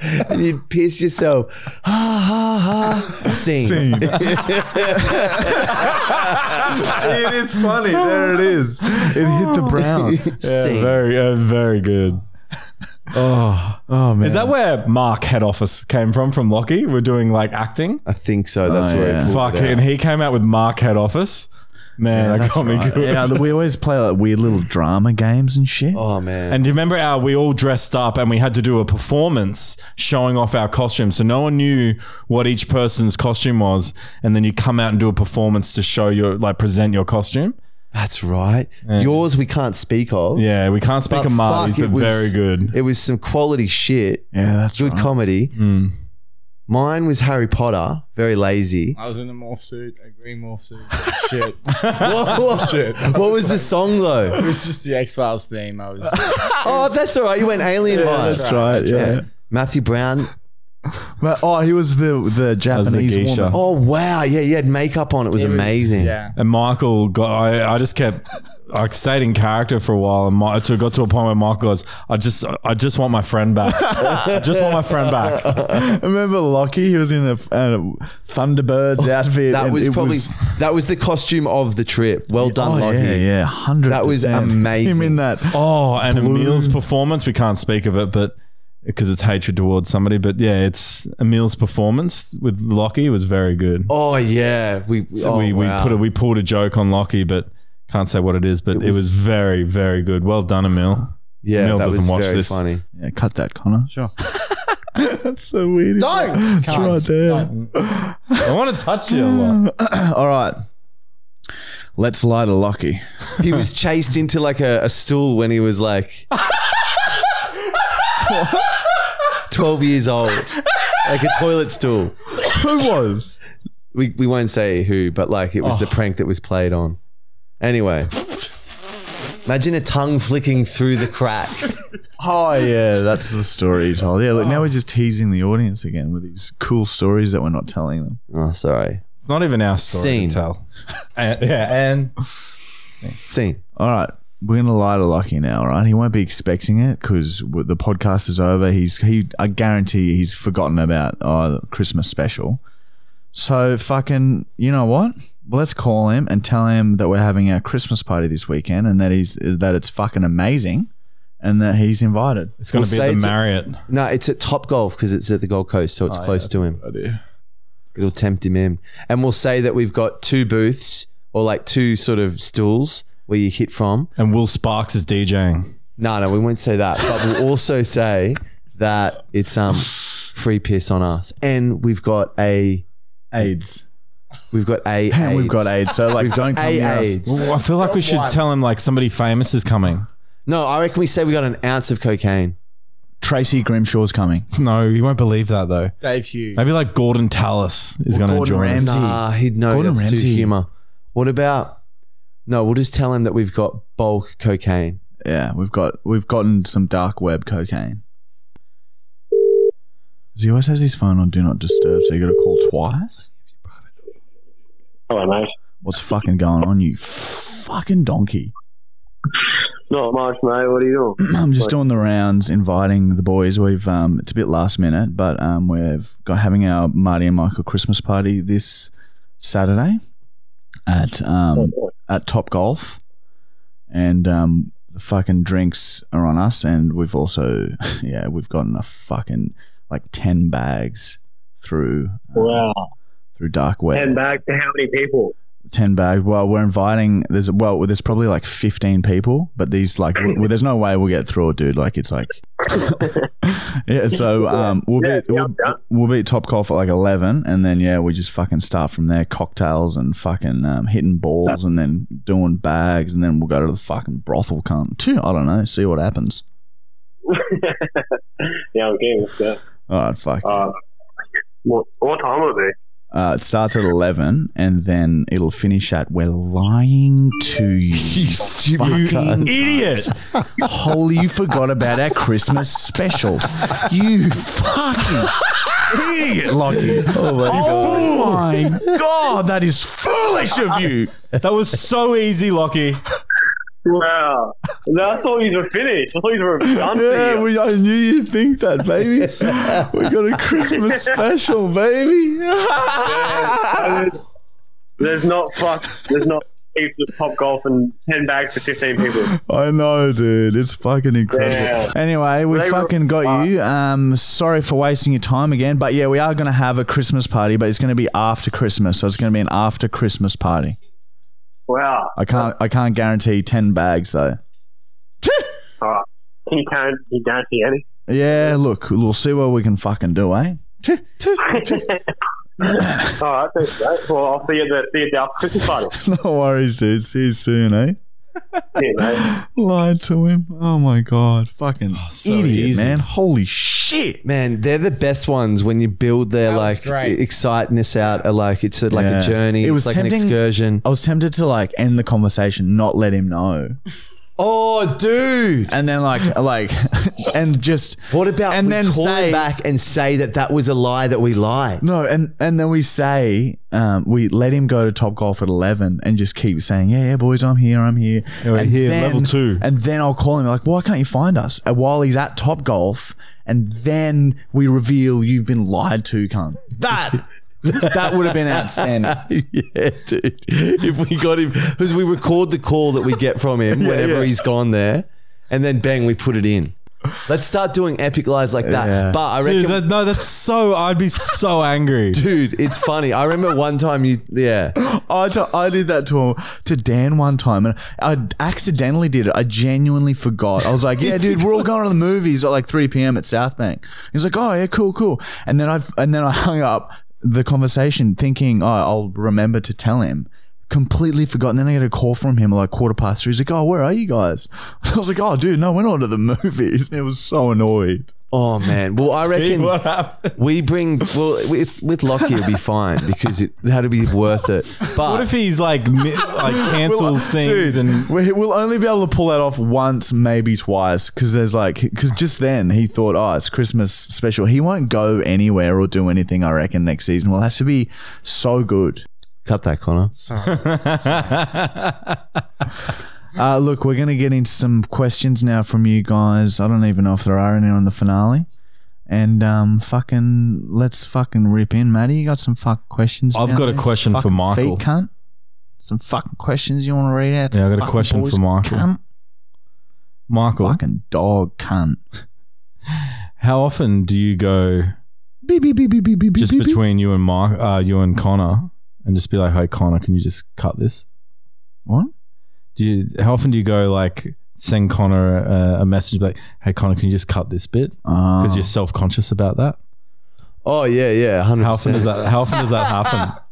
And you'd piss yourself. Ha ha ha. Scene. it is funny. There it is. It hit the brown. Yeah, Scene. very, uh, very good. Oh man. Is that where Mark head office came from? From Lockie, we're doing like acting. I think so. That's Oh, where yeah. it pulled Fuck, it. and he came out with Mark head office. Man, that That's got me right. good. Yeah, we always play like weird little drama games and shit. Oh man. And do you remember how we all dressed up and we had to do a performance showing off our costumes? So no one knew what each person's costume was, and then you come out and do a performance to show your like present your costume. That's right. Yours we can't speak of. Yeah, we can't speak But of Marty's, fuck, it but was- very good. It was some quality shit. Yeah, that's Good right. comedy. Mine was Harry Potter. Very lazy. I was in a morph suit, a green morph suit. Shit. what, what- Shit. what was the song though? It was just the X Files theme. I was. Oh, that's all right. You went alien vibes. That's right. Yeah. Matthew Brown. But, oh, he was the the was the Japanese geisha. woman. Oh wow, yeah, you had makeup on. It was It was- amazing. Yeah. And Michael got, I, I just kept, I stayed in character for a while and my, it got to a point where Michael goes, I just, I just want my friend back. I just want my friend back. Oh. Remember Lockie? He was in a, a Thunderbirds outfit. Oh, That and was it probably that was the costume of the trip. Well done, oh Lockie. yeah, yeah, hundred. That was Him amazing. in that. Oh, and Emile's performance, we can't speak of it, but because it's hatred towards somebody. But yeah, it's Emile's performance with Lockie was very good. Oh yeah, we So oh, we, we wow. put a, we pulled a joke on Lockie, but can't say what it is, but it was, very, very good. Well done, Emile. yeah Mel that was doesn't watch very this. funny. Yeah, cut that, Connor. Sure. That's so weird. Don't. It's Can't. right there. I want to touch you a lot. All right. Let's lie to Lockie. He was chased into like a, a stool when he was like twelve years old, like a toilet stool. Who was? We we won't say who, but like it was Oh. the prank that was played on. Anyway. Imagine a tongue flicking through the crack. Oh yeah, that's the story he told. Yeah, look, now we're just teasing the audience again with these cool stories that we're not telling them. Oh, sorry. It's not even our story Scene. to tell. And, yeah, and Scene. All right, we're gonna lie to Lockie now. All right, he won't be expecting it because the podcast is over. He's he, I guarantee he's forgotten about oh, the Christmas special. So fucking, you know what? Well, let's call him and tell him that we're having our Christmas party this weekend and that he's that it's fucking amazing, and that he's invited. it's going We'll to be say at the it's a- Marriott. No, it's at Top Golf because it's at the Gold Coast, Oh, so it's close to him. It'll tempt him in. And we'll say that we've got two booths or like two sort of stools where you hit from. And Will Sparks is DJing. No, no, we won't say that. But we'll also say that it's um free piss on us. And we've got a AIDS. we've got a And we've got AIDS. So like, don't come a near us. AIDS. Well, I feel like we should tell him like somebody famous is coming. No, I reckon we say we got an ounce of cocaine. Tracy Grimshaw's coming. No, you won't believe that though. Dave Hughes. Maybe like Gordon Tallis is going to Gordon join us. Ramsay. Ah, he'd know Gordon that's too Ramsay. humor. What about no, we'll just tell him that we've got bulk cocaine. Yeah, we've got we've gotten some dark web cocaine. 'Cause He always has his phone on do not disturb, so you got to call twice. Hello, mate. What's fucking going on, you fucking donkey? Not much, mate. What are you doing? I'm just doing the rounds, inviting the boys. We've um, it's a bit last minute, but um, we've got having our Marty and Michael Christmas party this Saturday at um, at Top Golf, and um, the fucking drinks are on us. And we've also, yeah, we've gotten a fucking like ten bags through um, Wow. through dark web. Ten bags to how many people? ten bags. Well, we're inviting. There's well, there's probably like fifteen people, but these like, w- well, there's no way we'll get through it, dude. Like, it's like, yeah. So um, we'll Yeah, be yeah, we'll, yeah. we'll be at top golf at like eleven, and then yeah, we just fucking start from there. Cocktails and fucking um, hitting balls, and then doing bags, and then we'll go to the fucking brothel cunt too. I don't know. See what happens. yeah, I'm game. Yeah. All right, fuck. Uh, what, what time will it Uh, it starts at eleven, and then it'll finish at we're lying to you. stupid Fucking Idiot. Holy, you forgot about our Christmas special. You fucking idiot, Lockie. Oh my, god. that is foolish of you. That was so easy, Lockie. be? Wow. No, I thought these were finished. I thought these were done for Yeah, you. we, I knew you'd think that, baby. We got a Christmas special, baby. There's- There's not fuck. There's not heaps of pop golf and ten bags for fifteen people. I know, dude. It's fucking incredible. Yeah. Anyway, we They were- fucking got you. Um, sorry for wasting your time again, but yeah, we are going to have a Christmas party, but it's going to be after Christmas, so it's going to be an after Christmas party. Wow. I can't. I can't guarantee ten bags though. All right. Can you count? Can you guarantee any? Yeah, look, we'll see what we can fucking do, eh? All right. Thanks, mate. Well, I'll see you at the see you at the after Christmas party. no worries, dude. See you soon, eh? Yeah, mate. Lied to him. Oh my god, fucking Oh, so idiot, easy. man! Holy shit! Man, they're the best ones when you build their That was like great. exciteness out. uh, Like it's a, like Yeah. a journey. It was it's like tempting- an excursion. I was tempted to like end the conversation, not let him know, Oh, dude! and then like like, and just What about and we then call say him back and say that that was a lie that we lied? no, and and then we say um, we let him go to Top Golf at eleven, and just keep saying, yeah, yeah, boys, I'm here, I'm here, Yeah, we're and here, level two. and then I'll call him like, why can't you find us? And while he's at Top Golf, and then we reveal you've been lied to, cunt. That. that would have been outstanding. yeah, dude. If we got him, because we record the call that we get from him whenever he's gone there, and then bang, we put it in. Let's start doing epic lies like that. Yeah. But I reckon, Dude, dude, that, no, that's so. I'd be so angry. it's funny. I remember one time you, yeah, I t- I did that to to Dan one time, and I accidentally did it. I genuinely forgot. I was like, "Yeah, dude, we're all going to the movies at like 3 p.m. at South Bank." He's like, "Oh yeah, cool, cool." And then I and then I hung up the conversation, thinking, "Oh, I'll remember to tell him." Completely forgot. And then I get a call from him like quarter past three. He's like, "Oh, where are you guys?" I was like, "Oh, dude, no, we're not to the movies." And it was so annoyed. Oh man! Well, I reckon what happened? we bring well with with Lockie it'll be fine because it that'll be worth it. But What if he's like, mi- like cancels things Dude, and we- we'll only be able to pull that off once, maybe twice, because there's like, because just then he thought, oh, it's Christmas special. He won't go anywhere or do anything. I reckon next season we'll have to be so good. cut that, Connor? Uh, look, we're gonna get into some questions now from you guys. I don't even know if there are any on the finale. And um, fucking, let's fucking rip in, Matty. You got some fucking questions? I've down got a there? question for Fucking Michael. Feet cunt. Some fucking questions you want to read out? to Yeah, I got a fucking question boys, for Michael. Cunt? Michael, Fucking dog cunt. how often do you go Beep, beep, beep, beep, beep, beep, just beep, beep. between you and Mark, uh, you and Connor, and just be like, "Hey, Connor, can you just cut this?" What? Do you? How often do you go like send Connor a, a message like, "Hey, Connor, can you just cut this bit?" Ah. Because you're self conscious about that. Oh yeah, yeah, hundred How often does percent. that? How often does that happen?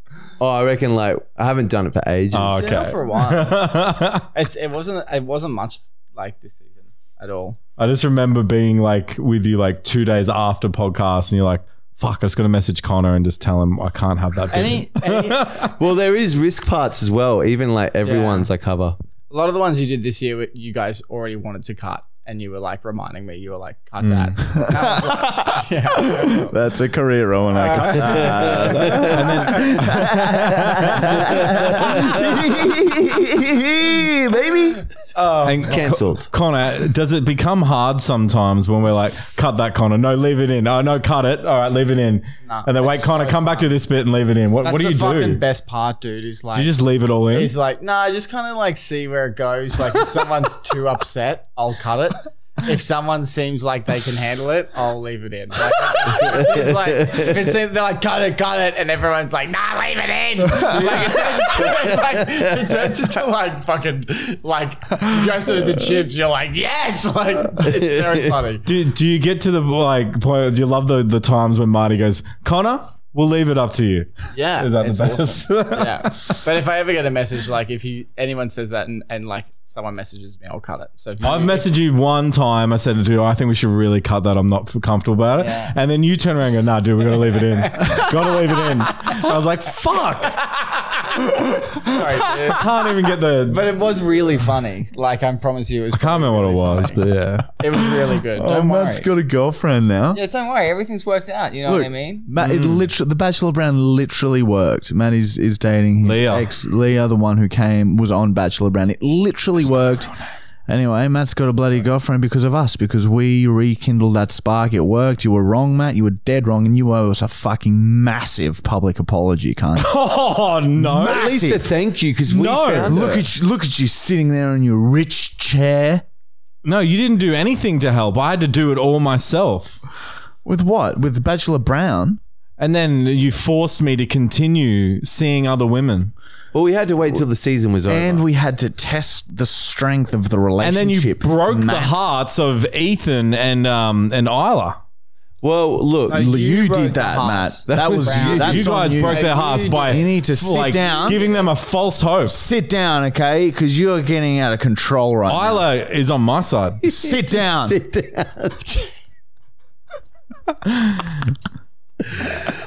Oh, I reckon like I haven't done it for ages. Oh, It's been out okay. for a while. It's, it wasn't. It wasn't much like this season at all. I just remember being like with you like two days after podcast, and you're like, "Fuck, I just got to message Connor and just tell him I can't have that." bit." Any, any a Well, there is risk parts as well. Even like everyone's I cover. lot of the ones you did this year, you guys already wanted to cut, and you were like reminding me. You were like, cut Hmm. that. And I was like, yeah. That's a career ruin. I can't. Baby. And Cancelled. Connor, does it become hard sometimes when we're like, cut that, Connor? No, leave it in. Oh, no, cut it. All right, leave it in. Nah, and then wait, it's Connor, so come back to this bit and leave it in. What, That's what do the you fucking do? best part, dude. Is like do you just leave it all in? He's like, no, I just kind of like see where it goes. Like if someone's too upset, I'll cut it. if someone seems like they can handle it, I'll leave it in. Like, if it seems like, if it seems, they're like, cut it, cut it, and everyone's like, nah, leave it in. Like, it turns, into, like, it turns into like fucking, like, you guys turn into chips, you're like, yes! Like, it's very funny. Do, do you get to the like point? Do you love the, the times when Marty goes, Connor, we'll leave it up to you? Yeah. Is that Ah, it's the best? yeah. But if I ever get a message, like if he anyone says that and, and like someone messages me, I'll cut it. So if you- I've messaged you one time. I said, dude, I think we should really cut that. I'm not f- comfortable about it. Yeah. And then you turn around and go, nah, dude, we're going to leave it in. Got to leave it in. I was like, fuck. Sorry, dude. Can't even get the. But it was really funny. Like I promise you, it was. can't remember what it was, but yeah. It was really good. Don't oh, worry. Matt's got a girlfriend now. Yeah, don't worry. Everything's worked out. You know what I mean? Matt, it literally, the Bachelor brand literally worked. Matt is, is dating his Leah. ex, Leah, the one who came, was on Bachelor brand. It literally worked. Anyway, Matt's got a bloody girlfriend because of us, because we rekindled that spark. It worked. You were wrong, Matt. You were dead wrong, and you owe us a fucking massive public apology, can't you? Oh, no. At least to thank you because we No, found look her. at you, look at you sitting there in your rich chair No, you didn't do anything to help. I had to do it all myself. with what? With Bachelor Brown? And then you forced me to continue seeing other women. Well, we had to wait till the season was over. And we had to test the strength of the And relationship. then you broke the Matt. hearts of Ethan and um and Isla. well, look, You, You broke did the that, Matt. hearts. That was Brown. that's you guys on you. broke their hearts by You need to sit down. giving them a false hope. Sit down, okay? Because you are getting out of control right now. Isla is on my side. Sit down. sit down.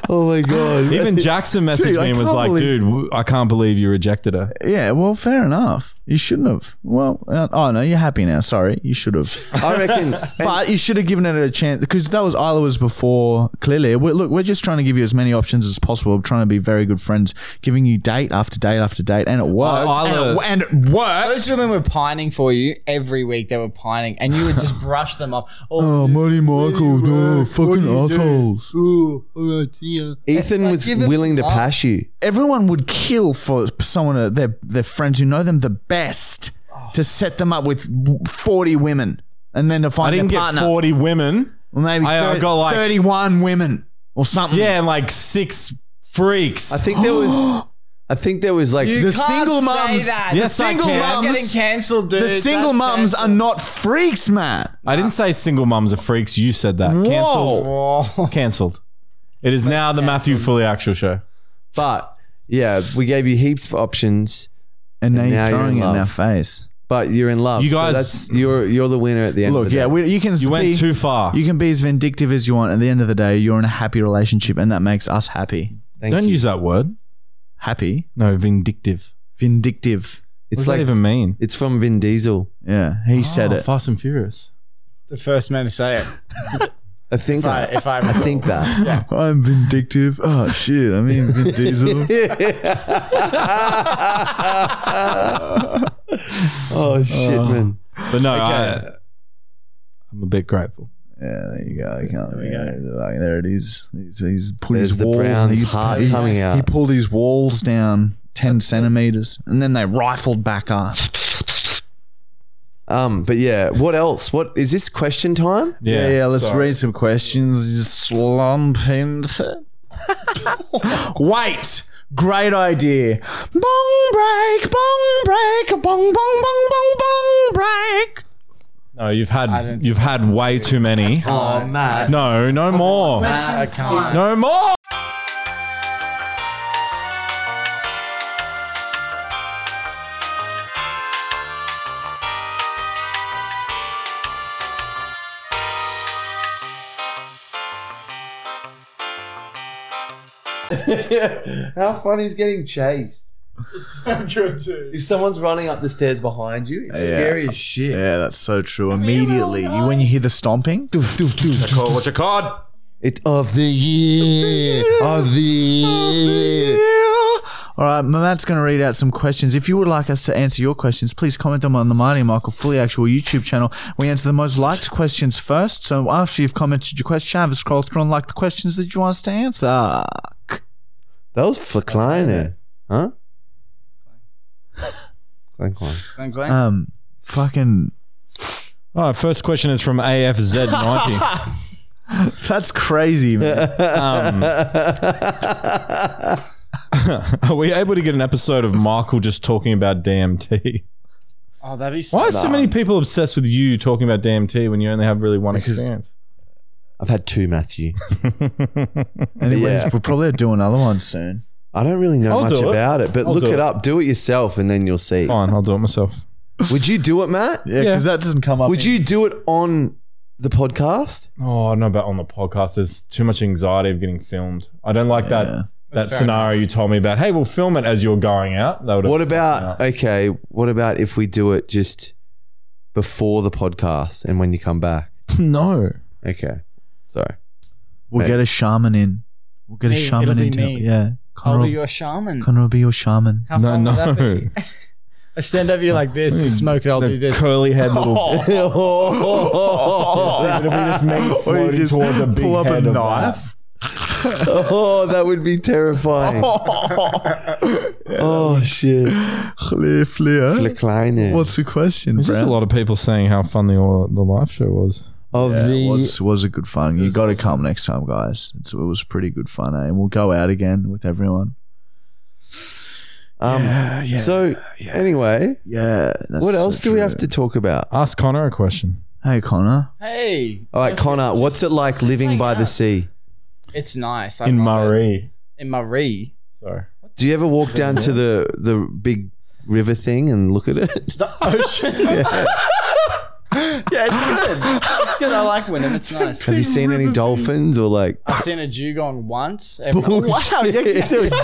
oh my god! Even Jackson messaged Dude, I me and was can't like, believe- Uh, "Dude, w- I can't believe you rejected her." Yeah, well, fair enough. You shouldn't have. Well, uh, oh no, you're happy now. Sorry, you should have. I reckon. but you should have given it a chance because that was Isla was before. Clearly, we look, we're just trying to give you as many options as possible. We're trying to be very good friends, giving you date after date after date, and it worked. Isla, and it, and it worked. Those women were pining for you every week. They were pining, and you would just brush them off. Oh, Oh, Marty Michael, no, What do fucking you do? assholes. ooh, ooh, dear. Ethan was give it willing to up. pass you. everyone would kill for someone uh, their their friends who know them the best to set them up with 40 women and then to I find didn't their get partner forty women. Or maybe I- I 30 got like- 31 women or something Yeah, and like six freaks. I think there was. I think there was like You The can't single say mums- that. Yes, the I single can. mums getting cancelled, dude. the single That's mums cancelled. are not freaks man I didn't say single mums are freaks. You said that. Cancelled. Whoa. Cancelled. It is now the Matthew Fully Actual Show. But yeah, we gave you heaps of options, and now, And now you're you're throwing in it in our love. face but you're in love. You So guys- that's you're you're the winner at the end. look of the yeah day. we, you can You be, went too far. you can be as vindictive as you want at the end of the day you're in a happy relationship and that makes us happy Thank Don't you. use that word. happy No, vindictive. vindictive What It's does that like even mean? it's from Vin Diesel. yeah Ah, he said Oh, it Fast and Furious. The first man to say Oh, it. I think. If I, I, if I, I think that. I'm vindictive oh shit I mean Vin Diesel Oh shit, man! But no, I, I'm a bit grateful. Yeah, there you go. I can't there, Like, there it is. He's, he's put There's his the walls. Browns' he's- heart he, coming out. He pulled his walls down ten centimeters, and then they rifled back up. Um, but yeah, what else? What is this question time? Yeah, Yeah, yeah. Let's read some questions. Just slump into. Wait. Great idea. Bong break, bong break, bong bong bong bong bong break. No, you've had you've had way too many. Oh man, No, no more. I can't. No more. how funny is getting chased? If someone's running up the stairs behind you, it's scary as shit. Yeah, that's so true. Immediately, you, when you hear the stomping, doof, doof, doof, doof, What's your card? It of the year of the year. All right, Matt's going to read out some questions. If you would like us to answer your questions, please comment them on the Marty and Michael Fully Actual YouTube channel. We answer the most liked questions first. So after you've commented your question, have a scroll through and like the questions that you want us to answer. That was for Kleiner, huh? Klein Klein. Thanks, mate. Um, fucking. All right, first question is from AFZ90. That's crazy, man. Are we able to get an episode of Michael just talking about DMT? Oh, that'd be so Why are so many people obsessed with you talking about DMT when you only have really one experience? I've had two, Matthew. Anyways, Yeah. we'll probably do another one soon. I don't really know I'll much do it. about it, but I'll look do it it. up. Do it yourself, and then you'll see. Fine, I'll do it myself. Would you do it, Matt? Yeah, because that doesn't come up. Would in- you do it on the podcast? Oh, I don't know about on the podcast. There's too much anxiety of getting filmed. I don't like Yeah. that that scenario you told me about. Hey, we'll film it as you're going out. That would What about okay? What about if we do it just before the podcast and when you come back? no? Okay, sorry. We'll get a shaman in. We'll get a Me, it'll shaman be in. to- me. Yeah, I'll Connor, be your Oh, shaman. Connor will be your shaman. How No, fun would that no. be? I stand over you like this, you smoke it, I'll do The this. curly head little. oh, It'll be just me floating towards a big pull up head a of knife. Oh, that would be terrifying. Oh shit, Clear, clear. Kleine. What's the question? There's just a Brad? lot of people saying how fun the the live show was. of Yeah, the it was, was a good fun. You got to come next time, guys. It's, it was pretty good fun, eh? and we'll go out again with everyone. um? so anyway, Yeah. That's what so else do we true. have to talk about? Ask Connor a question. Hey, Connor. Hey, All right, Connor, what's it like living by the sea? it's nice. I In love it. Marie. In Marie. Sorry. Do you ever walk down to the the big river thing and look at it? The ocean. yeah. it's good. It's good. I like Wyndham. It's nice. Have you seen any dolphins or like? I've seen a dugong once. Everyone- Wow, you can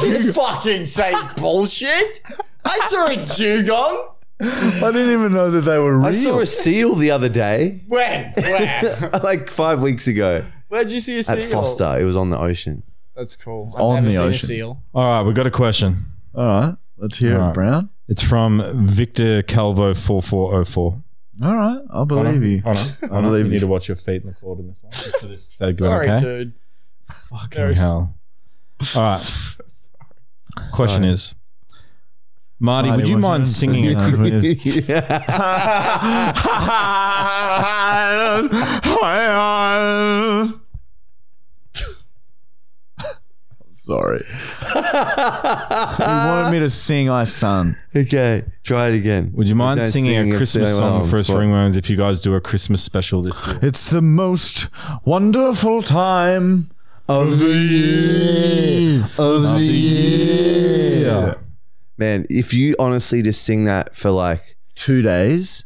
you fucking say bullshit. I saw a dugong. I didn't even know that they were real. I saw a seal the other day, When? Where? like five weeks ago Where'd you see a seal? at Foster. It was on the ocean. That's cool. I've on never the seen ocean. a seal. All right, we got a question. All right. Let's hear it, All right. Brown. It's from Victor Calvo four four oh four. All right. I'll believe you. I believe believe you you. need to watch your feet in the cord in this one. Just for this segment, Sorry, okay? dude. Fucking hell. All right. Question is, Marty, Marty, would you what's mind your singing? answer? a- yeah. Sorry. he wanted me to sing I Sun. Okay, try it again. Would you mind Don't singing sing a it Christmas so song long for us for- ringworms if you guys do a Christmas special this year? It's the most wonderful time Of the year, of the year. Oh, Man, if you honestly just sing that for like two days.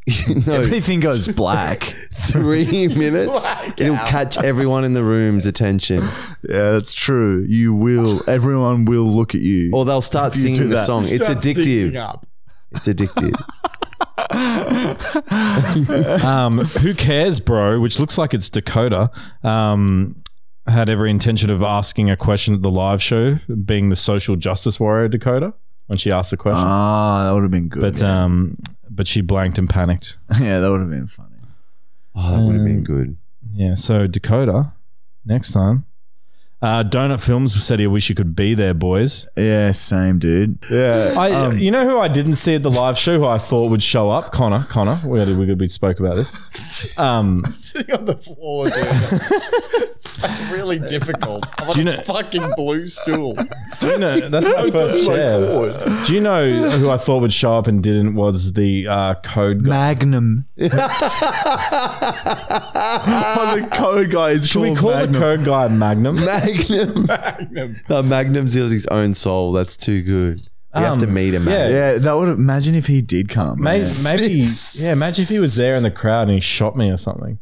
no Everything goes black. three minutes, it'll catch everyone in the room's attention. yeah, that's true. You will. Everyone will look at you. Or they'll start If you do singing the that. song. It's Stop syncing addictive. up. It's addictive. Um, who cares, bro? Which looks like it's Dakota. Um, had every intention of asking a question at the live show, being the social justice warrior Dakota when she asked the question, Ah, that would have been good. but yeah. um, but she blanked and panicked. yeah, that would have been funny. Oh, that would have been Um, good. Yeah. So Dakota, next time. Uh, Donut Films said he wish you could be there, boys. Um, Yeah, same dude. Yeah. I, uh, you know who I didn't see at the live show who I thought would show up? Connor. Connor. We had, we, we spoke about this. Um, Sitting on the floor, dude. it's like really difficult. I'm on Do you a know- fucking blue stool. Do you know, that's my first chair. Do you know who I thought would show up and didn't was the uh, code guy? Magnum. oh, the code guy is Should we called call the Magnum. code guy Magnum? Magnum. No, Magnum's got his own soul. That's too good. We have to Um, meet him. man. yeah. Yeah, that would imagine if he did come. Maybe, man. maybe, yeah. Imagine if he was there in the crowd and he shot me or something.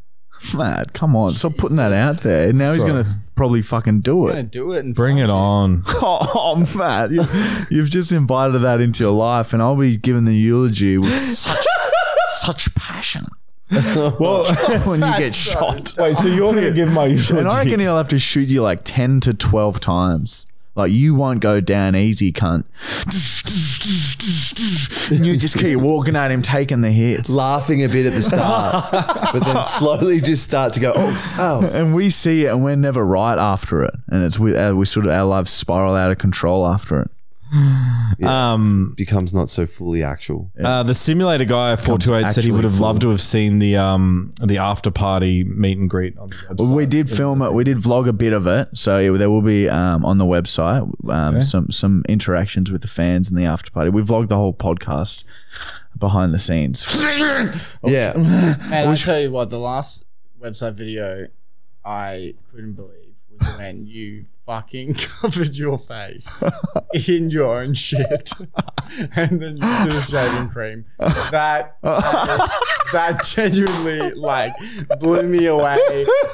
Mad, come on, stop putting that out there. Now he's gonna probably fucking do I'm gonna it. do it and Bring it on. Oh, Matt, you, you've just invited that into your life, and I'll be giving the eulogy with such such passion. well, when you get shot, Wait, so you're gonna give my and I reckon he'll have to shoot you like ten to twelve times. Like you won't go down easy, cunt. And you just keep walking at him, taking the hits. Laughing a bit at the start, but then slowly just start to go, oh, oh. and we see it and we're never right after it and it's we, uh, we sort of our lives spiral out of control after it Um, becomes not so fully actual. uh, the simulator guy four two eight said he actually would have full. loved to have seen the um the after party meet and greet on the website. We did film it. We did vlog a bit of it, so it- there will be um, on the website um, some some interactions with the fans and the after party. We vlogged the whole podcast behind the scenes. Yeah. Man, I tell you what, the last website video I couldn't believe was when you fucking covered your face in your own shit and then you did a shaving cream. That that genuinely like blew me away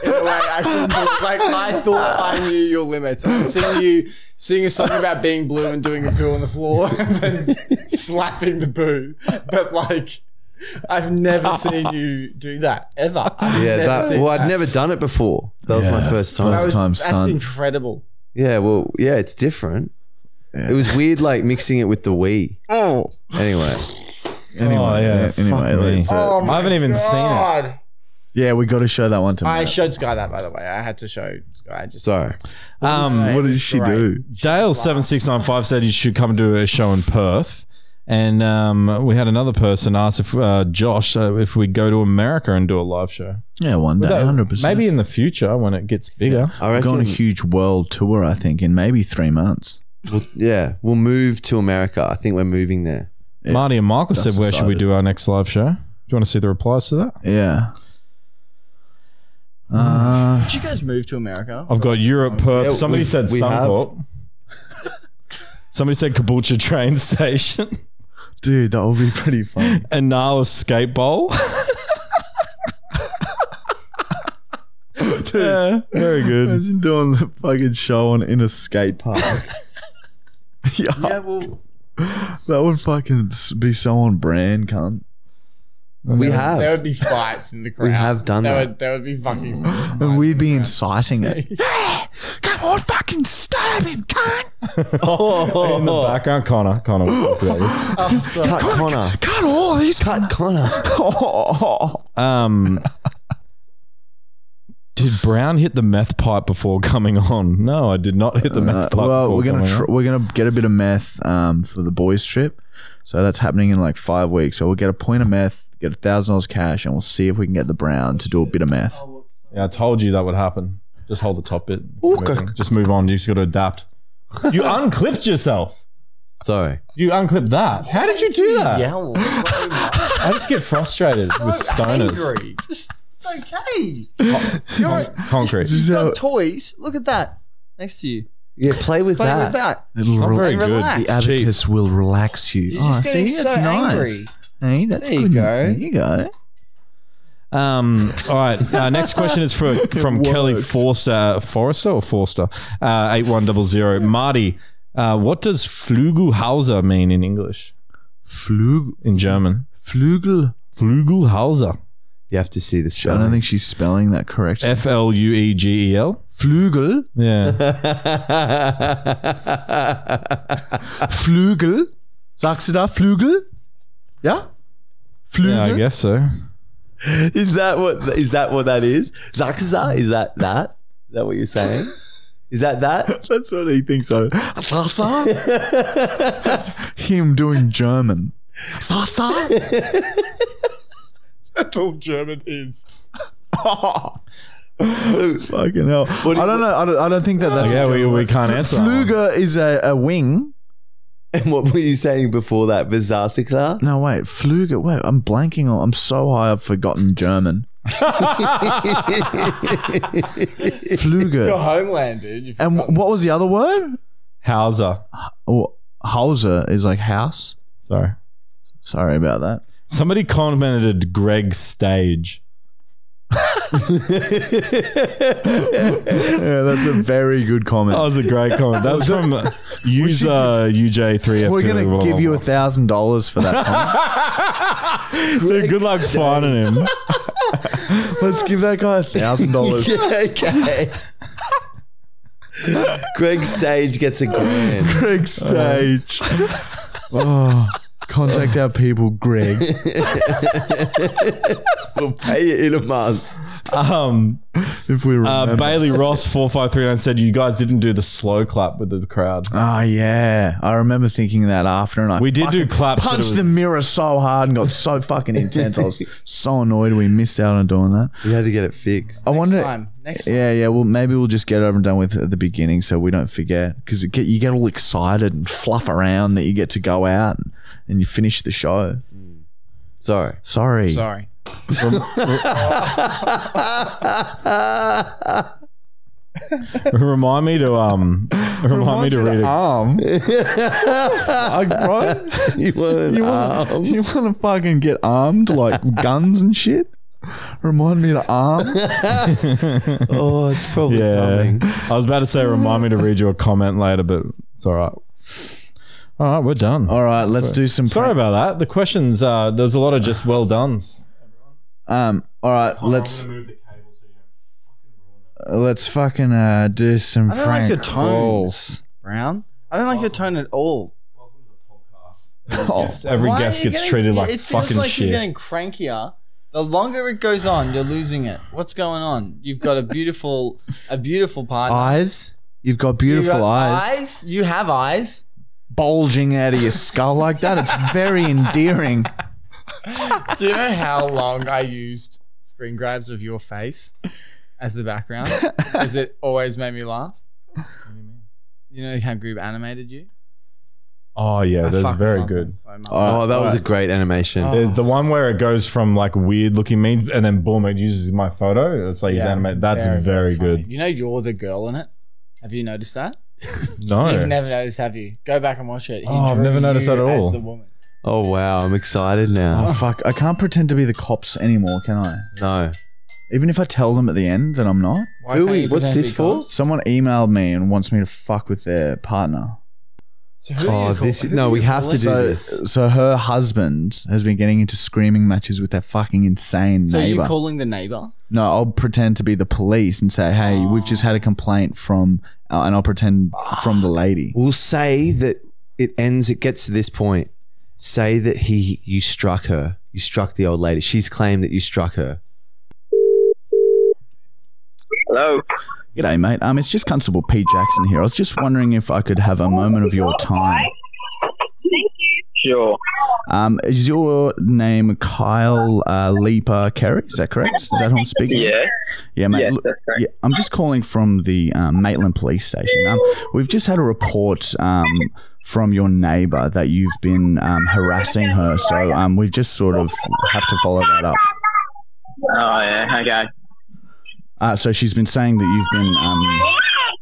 in a way I couldn't believe. Like I thought I knew your limits. Seeing you sing a song about being blue and doing a poo on the floor and then slapping the boo, but like. I've never seen you do that ever. I've Yeah. never That, seen well, I'd that. never done it before. That was my Yeah. first time. That That was- time That's stunt. incredible. Yeah, well, yeah, it's different. It was weird, like mixing it with the Wii. Oh. Anyway, Anyway, Oh, yeah, fuck anyway, uh, me. that's it. Oh I haven't even seen God. yeah, we got to show that one to I Matt. showed Sky that, by the way. I had to show Sky. I Just sorry. it. Um, what did she do? Dale seven six nine five said you should come to a show in Perth, and um, we had another person ask if uh, Josh uh, if we go to America and do a live show. Yeah, one day, hundred percent. Maybe in the future when it gets bigger. I we're reckon. going on a huge world tour. I think in maybe three months. yeah, we'll move to America. I think we're moving there. Marty and Michael That's said, "Where should we decided. do our next live show?" Do you want to see the replies to that? Yeah. Uh, Did you guys move to America? I've got Europe, Perth. Somebody we- said we have. Suncorp. Somebody said Caboolture train station dude, that would be pretty fun. and Nala skate bowl. Yeah, very good. Imagine doing the fucking show on in a skate park. yeah, well, that would fucking s- be so on brand, cunt. we There have. would be fights in the crowd. We have done there that. Would, there would be fucking. And we'd be inciting it. yeah, come on, fucking stab him, cunt. In the background, Connor. Connor. will talk about this. Cut Connor. Cut all Uh, these. Cut Connor. Um, did Brown hit the meth pipe before coming on? No, I did not hit the meth pipe. well, before we're gonna coming on. tr- we're gonna get a bit of meth um, for the boys trip, so that's happening in like five weeks. So we'll get a point of meth, get a thousand dollars cash, and we'll see if we can get the brown to do a bit of meth. Yeah, I told you that would happen. Just hold the top bit. Moving. Just move on. You just got to adapt. You unclipped yourself. Sorry. You unclipped that. How did you do that? Yell so much. I just get frustrated with stoners. Angry. Just it's okay. Concrete. This It's is how- Got toys. Look at that next to you. Yeah, play with Play that. with that. It'll not re- very good. relax. the abacus will relax you. Oh, You're just getting so angry. Hey, that's There you good. go. There you go. Um, all right. Uh, next question is for from Kelly Forster, Forrester or Forster, uh, eight one double zero. Marty, uh, what does Flugelhauser mean in English? Flug In German, flugel. Flugelhauser, You have to see the I spelling. don't think she's spelling that correctly. F L U E G E L. Flugel. Yeah. Flügel. Sagst du da Flügel? Ja? Flügel? yeah, I guess so. is that what is that what that is? Zaxa? Is that that? Is that what you're saying? Is that that? That's what he thinks of. Sasa? That's him doing German. Sasa? That's all German is. Fucking hell. I don't know. I don't, I don't think that that's. Yeah, we, we can't answer. that one. Flüger is a, a wing. And what were you saying before that? Vizasikla? No, wait. Flüger. Wait, I'm blanking on. I'm so high, I've forgotten German. Your Flüger. homeland, dude. You've And wh- what was the other word? Hauser. Oh, Hauser is like house. Sorry. Sorry about that. Somebody commented Greg's stage. Yeah, that's a very good comment. That was a great comment. That's from uh, user UJ3F. We're gonna give you a thousand dollars for that comment. Dude, good luck finding him. Let's give that guy a thousand dollars. okay. Greg Stage gets a grand. Greg Stage. oh, contact our people, Greg. We'll pay it in a month. Um, if we remember. uh, Bailey Ross four five three nine said you guys didn't do the slow clap with the crowd. Oh yeah, I remember thinking that after, and I We did fucking do claps, but it Punched was- the mirror so hard and got so fucking intense. I was so annoyed we missed out on doing that. We had to get it fixed. Oh. I wonder. time. Next time. Yeah, yeah. Well, maybe we'll just get it over and done with at the beginning, so we don't forget. Because get, you get all excited and fluff around that you get to go out and, and you finish the show. Sorry. Sorry. Sorry. remind me to um, remind, me to read it. Arm. Fuck, bro. You want an You want, arm? you want to fucking get armed like guns and shit? Remind me to arm. Oh, it's probably Yeah, coming. I was about to say remind me to read your comment later, but it's all right. All right, we're done. All right, let's do some. Sorry about that. The questions. Uh, there's a lot of just well done's. Um. All right, let's let's fucking uh, do some. I don't prank like your tone, calls. Brown. I don't like your tone at all. Yes, every Why guest are you gets getting- treated like it feels fucking like shit. You're getting crankier. The longer it goes on, you're losing it. What's going on? You've got a beautiful, a beautiful partner. Eyes. You've got You beautiful got eyes. eyes. You have eyes. bulging out of your skull like that. It's very endearing. Do you know how long I used screen grabs of your face as the background? Because it always made me laugh. You know how Goob animated you? oh yeah, I that's fucking very love good. that so much. Oh, that was a great animation. There's the one where it goes from like weird looking memes and then boom, it uses my photo. It's like he's Yeah, animated. That's very, funny. good. You know you're the girl in it. Have you noticed that? No. You've never noticed, have you? Go back and watch it. He Oh, I've drew never noticed you that at as all. the woman. Oh wow, I'm excited now. Oh, fuck. I can't pretend to be the cops anymore, can I? Oh. No. Even if I tell them at the end that I'm not. Why Who can't we- you what's pretend this to be for? girls? Someone emailed me and wants me to fuck with their partner. So who do you Oh, call- this who no, do we you have call to it? do So, this. so her husband has been getting into screaming matches with that fucking insane So you neighbor. calling the Mm. neighbor? no, I'll pretend to be the police and say, "Hey, we've just had a complaint from," uh, and I'll pretend from the lady. We'll say that it ends. It gets to this point. Say that he, you struck her. You struck the old lady. She's claimed that you struck her. Hello. G'day, mate. Um, it's just Constable Pete Jackson here. I was just wondering if I could have a moment of your time. Sure. Um, is your name Kyle uh, Leaper Carey? Is that correct? Is that who I'm speaking? Yeah. yeah, mate. Yes, look- that's correct. yeah, I'm just calling from the um, Maitland Police Station. Um, we've just had a report um, from your neighbour that you've been um, harassing her, so um, we just sort of have to follow that up. Oh yeah. Okay. Uh, so she's been saying that you've been um,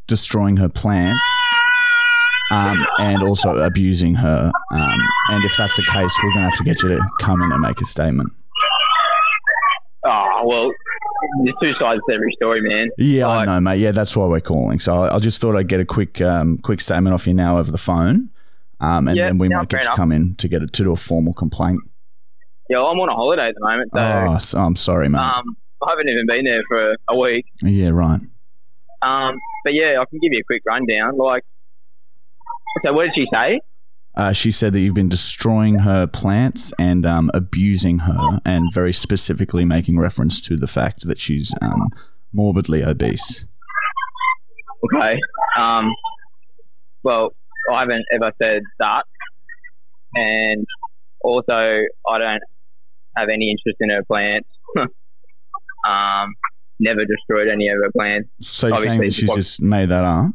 destroying her plants um, and also abusing her. Um, and if that's the case, we're going to have to get you to come in and make a statement. Oh well, there's two sides to every story, man. Yeah, I Like- know, mate. Yeah, that's why we're calling. So I, I just thought I'd get a quick, um, quick statement off you now over the phone, um, and Yeah, then we yeah, might get fair you enough. come in to get it to do a formal complaint. Yeah, well, I'm on a holiday at the moment, so oh, so I'm sorry, mate. um, I haven't even been there for a week. yeah, right. Um, but yeah, I can give you a quick rundown. Like, so what did she say? Uh, she said that you've been destroying her plants and um, abusing her, and very specifically making reference to the fact that she's um, morbidly obese. Okay. Um, well, I haven't ever said that, and also I don't have any interest in her plants. um, never destroyed any of her plants. So you're saying Obviously, that she she's was- just made that up?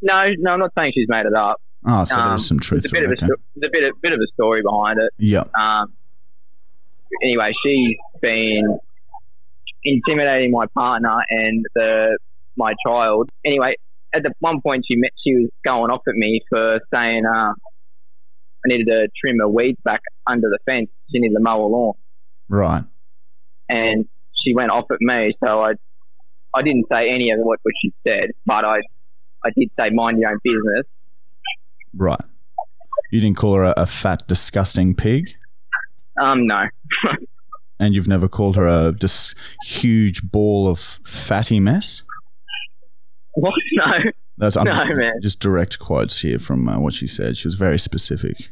No, no, I'm not saying she's made it up. Oh, so Um, there's some truth It's a to bit of a it. Okay. sto- it's a bit of, bit of a story behind it. Yep. Um, anyway, she's been intimidating my partner and the my child. Anyway, at the one point she met, she was going off at me for saying uh, I needed to trim her weeds back under the fence. She needed to mow a lawn, Right. and she went off at me. So I I didn't say any of what she said, but I I did say mind your own business. Right. You didn't call her a, a fat, disgusting pig, Um, no, and you've never called her a dis- huge ball of fatty mess. what? No. That's I'm No, just, man. just direct quotes here from uh, what she said. She was very specific.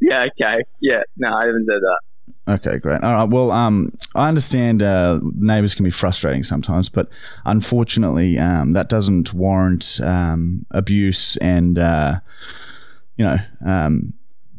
Yeah, okay. Yeah, no, I haven't said that. Okay, great. All right. Well, um, I understand uh, neighbors can be frustrating sometimes, but unfortunately, um, that doesn't warrant um, abuse and uh, you know um,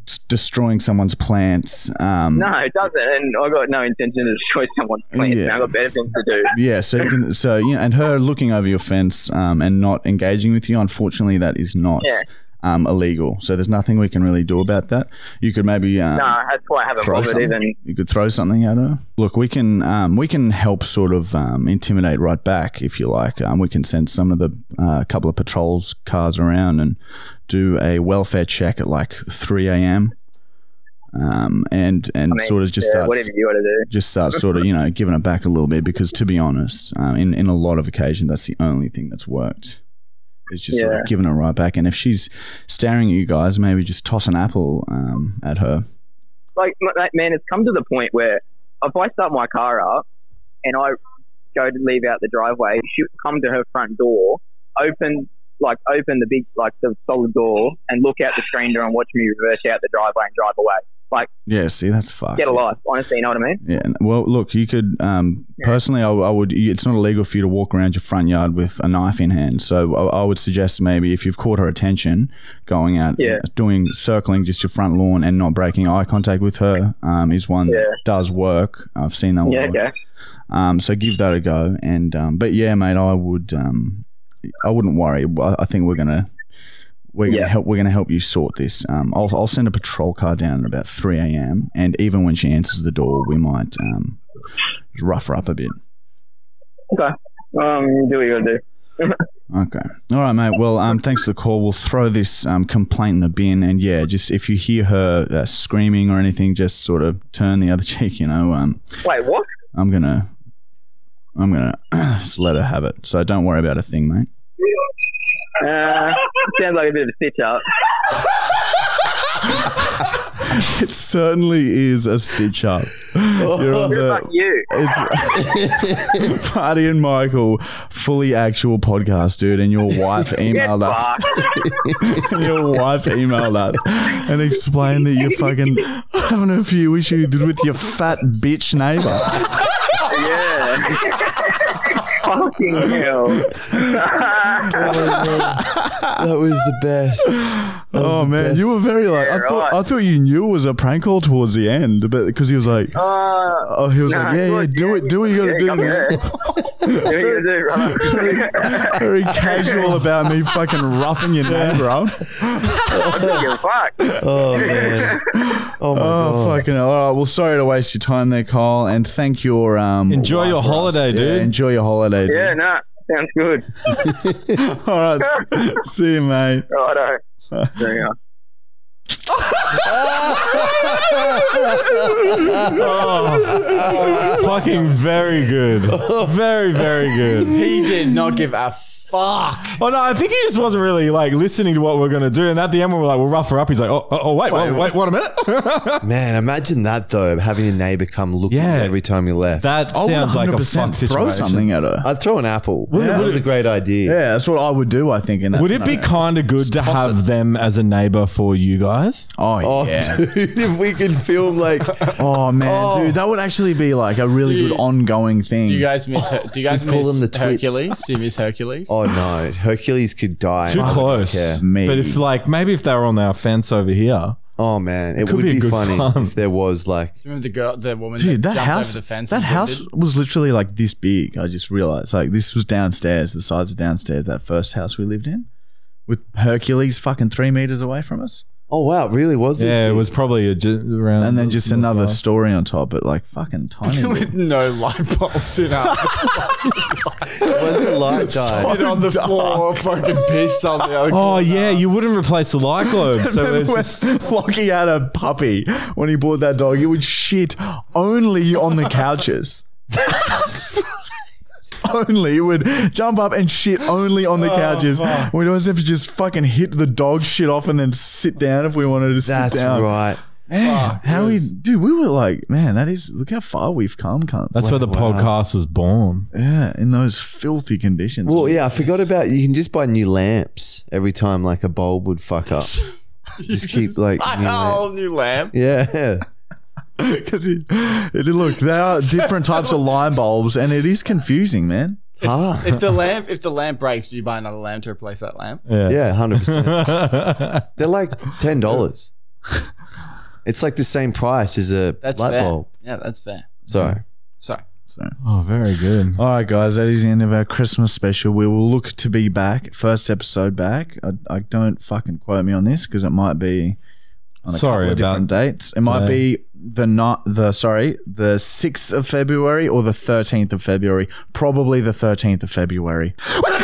s- destroying someone's plants. Um, No, it doesn't. And I've got no intention to destroy someone's plants. Yeah. man. I've got better things to do. Yeah, so you can, so you know, and her looking over your fence um, and not engaging with you, unfortunately, that is not Yeah. um, illegal. So there's nothing we can really do about that. You could maybe um, No, that's why I haven't throw bothered something. even. You could throw something at her. Look, we can um, we can help sort of um, intimidate right back if you like. Um, we can send some of the uh, couple of patrols cars around and do a welfare check at like 3 a.m. Um, and and I mean, sort of just yeah, start whatever you want to do. just start sort of you know giving it back a little bit because to be honest, um, in in a lot of occasions that's the only thing that's worked. Is just sort Yeah. of giving it right back, and if she's staring at you guys, maybe just toss an apple um, at her. like m- like, man, it's come to the point where if I start my car up and I go to leave out the driveway, she'll come to her front door, open like open the big like the solid door and look out the screen door and watch me reverse out the driveway and drive away. Yeah, see, that's fucked. Get a life, honestly, you know what I mean? Yeah. and- Well, look, you could um, personally, I, I would. It's not illegal for you to walk around your front yard with a knife in hand. So I, I would suggest maybe if you've caught her attention, going out, Yeah. doing circling just your front lawn and not breaking eye contact with her um, is one Yeah. that does work. I've seen that one. Yeah, okay. Um, so give that a go. And um, but yeah, mate, I would. Um, I wouldn't worry. I I think we're gonna. We're gonna Yeah. help. We're gonna help you sort this. Um, I'll, I'll send a patrol car down at about three a.m. And even when she answers the door, we might um, rough her up a bit. Okay. Um, do what you gotta do. Okay. All right, mate. Well, um, thanks for the call. We'll throw this um, complaint in the bin, and yeah, just if you hear her uh, screaming or anything, just sort of turn the other cheek. You know, um, Wait, what? I'm gonna, I'm gonna just let her have it. So don't worry about a thing, mate. Uh, sounds like a bit of a stitch up. It certainly is a stitch up. You're on Fuck the you. it's Party and Michael, fully actual podcast, dude, and your wife Get emailed us. fucked. your wife emailed us and explained that you're fucking having a few issues with your fat bitch neighbor. Yeah. Fucking hell. That was the best. Oh man, you were very like I Yeah, thought. right. I thought you knew it was a prank call towards the end, but because he was like, Uh, oh, he was nah, like, yeah, yeah, look, do it, do what you yeah, gotta come do. here. Do what you gotta do, brother. very casual about me fucking roughing your neighbor up. don't give a fuck. Oh man. Oh my Oh, god. fucking hell. All right. Well, sorry to waste your time there, Kyle, and thank your. Um, Enjoy wife your for us. holiday, Yeah, dude. enjoy your holiday, dude. Yeah, no, sounds good. All right. s- See you, mate. Righto. There you go. Fucking very good. Very, very good. He did not give a fuck. Oh, no, I think he just wasn't really like listening to what we are going to do. And at the end, we were like, we'll rough her up. He's like, oh, oh, oh wait, wait, wait, what a minute. Man, imagine that though, having a neighbor come look Yeah. at you every time you left. that I would sounds like a Oh, 100% fucked situation. throw something at her. I'd throw an apple. That was a great idea. Yeah, that's what I would do, I think. In that Would it be scenario. kind of good to have them as a neighbor for you guys? Oh, Oh, yeah. dude, if we could film like Oh, man, dude. That would actually be like a really good ongoing thing. Do you guys miss? Her- do you guys We call miss them the twits. Hercules? Do you miss Hercules? Oh no, Hercules could die. Too I wouldn't close. care. Maybe. But if like maybe if they were on our fence over here, Oh man, it Could would be a be, good funny fun. if there was like Do you remember the girl, the woman Dude, that, that jumped house, over the fence? that and house wounded? was literally like this big. I just realized, like, this was downstairs, the size of downstairs, that first house we lived in, with Hercules fucking three meters away from us, Oh wow, it really was. this yeah, it big? was probably a, ju- around. and then just similar another size. story on top, but like fucking tiny. with no light bulbs in her. Once a light died. Shit on the floor, fucking pissed on the other. Oh yeah, you wouldn't replace the light globe. So it's just, Lockie had a puppy when he bought that dog. He would shit only on the couches. only he would jump up and shit only on the couches. We'd always have to just fucking hit the dog shit off and then sit down if we wanted to sit That's down. right. How we, dude? We were like, man, that is look how far we've come, cunt. that's where the podcast was born. yeah, in those filthy conditions. Well, yeah, I forgot about. You can just buy new lamps every time like a bulb would fuck up. just keep like. New A lamp. whole new Oh, lamp. Yeah. Because look, there are different types of line bulbs, and it is confusing, man. if the lamp, if the lamp breaks, do you buy another lamp to replace that lamp? Yeah, hundred percent. They're like ten dollars. It's like the same price as a That's light fair. bulb. Yeah, that's fair. So Sorry. Oh, very good. All right, guys, that is the end of our Christmas special. We will look to be back, first episode back. I, I don't fucking quote me on this because it might be on a Sorry couple of different dates. It might be the not the sorry the sixth of February or the thirteenth of February. Probably the thirteenth of February. what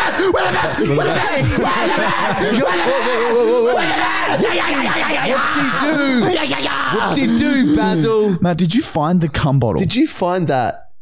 do you do, Basil? Matt, did you find the cum bottle? Did you find that?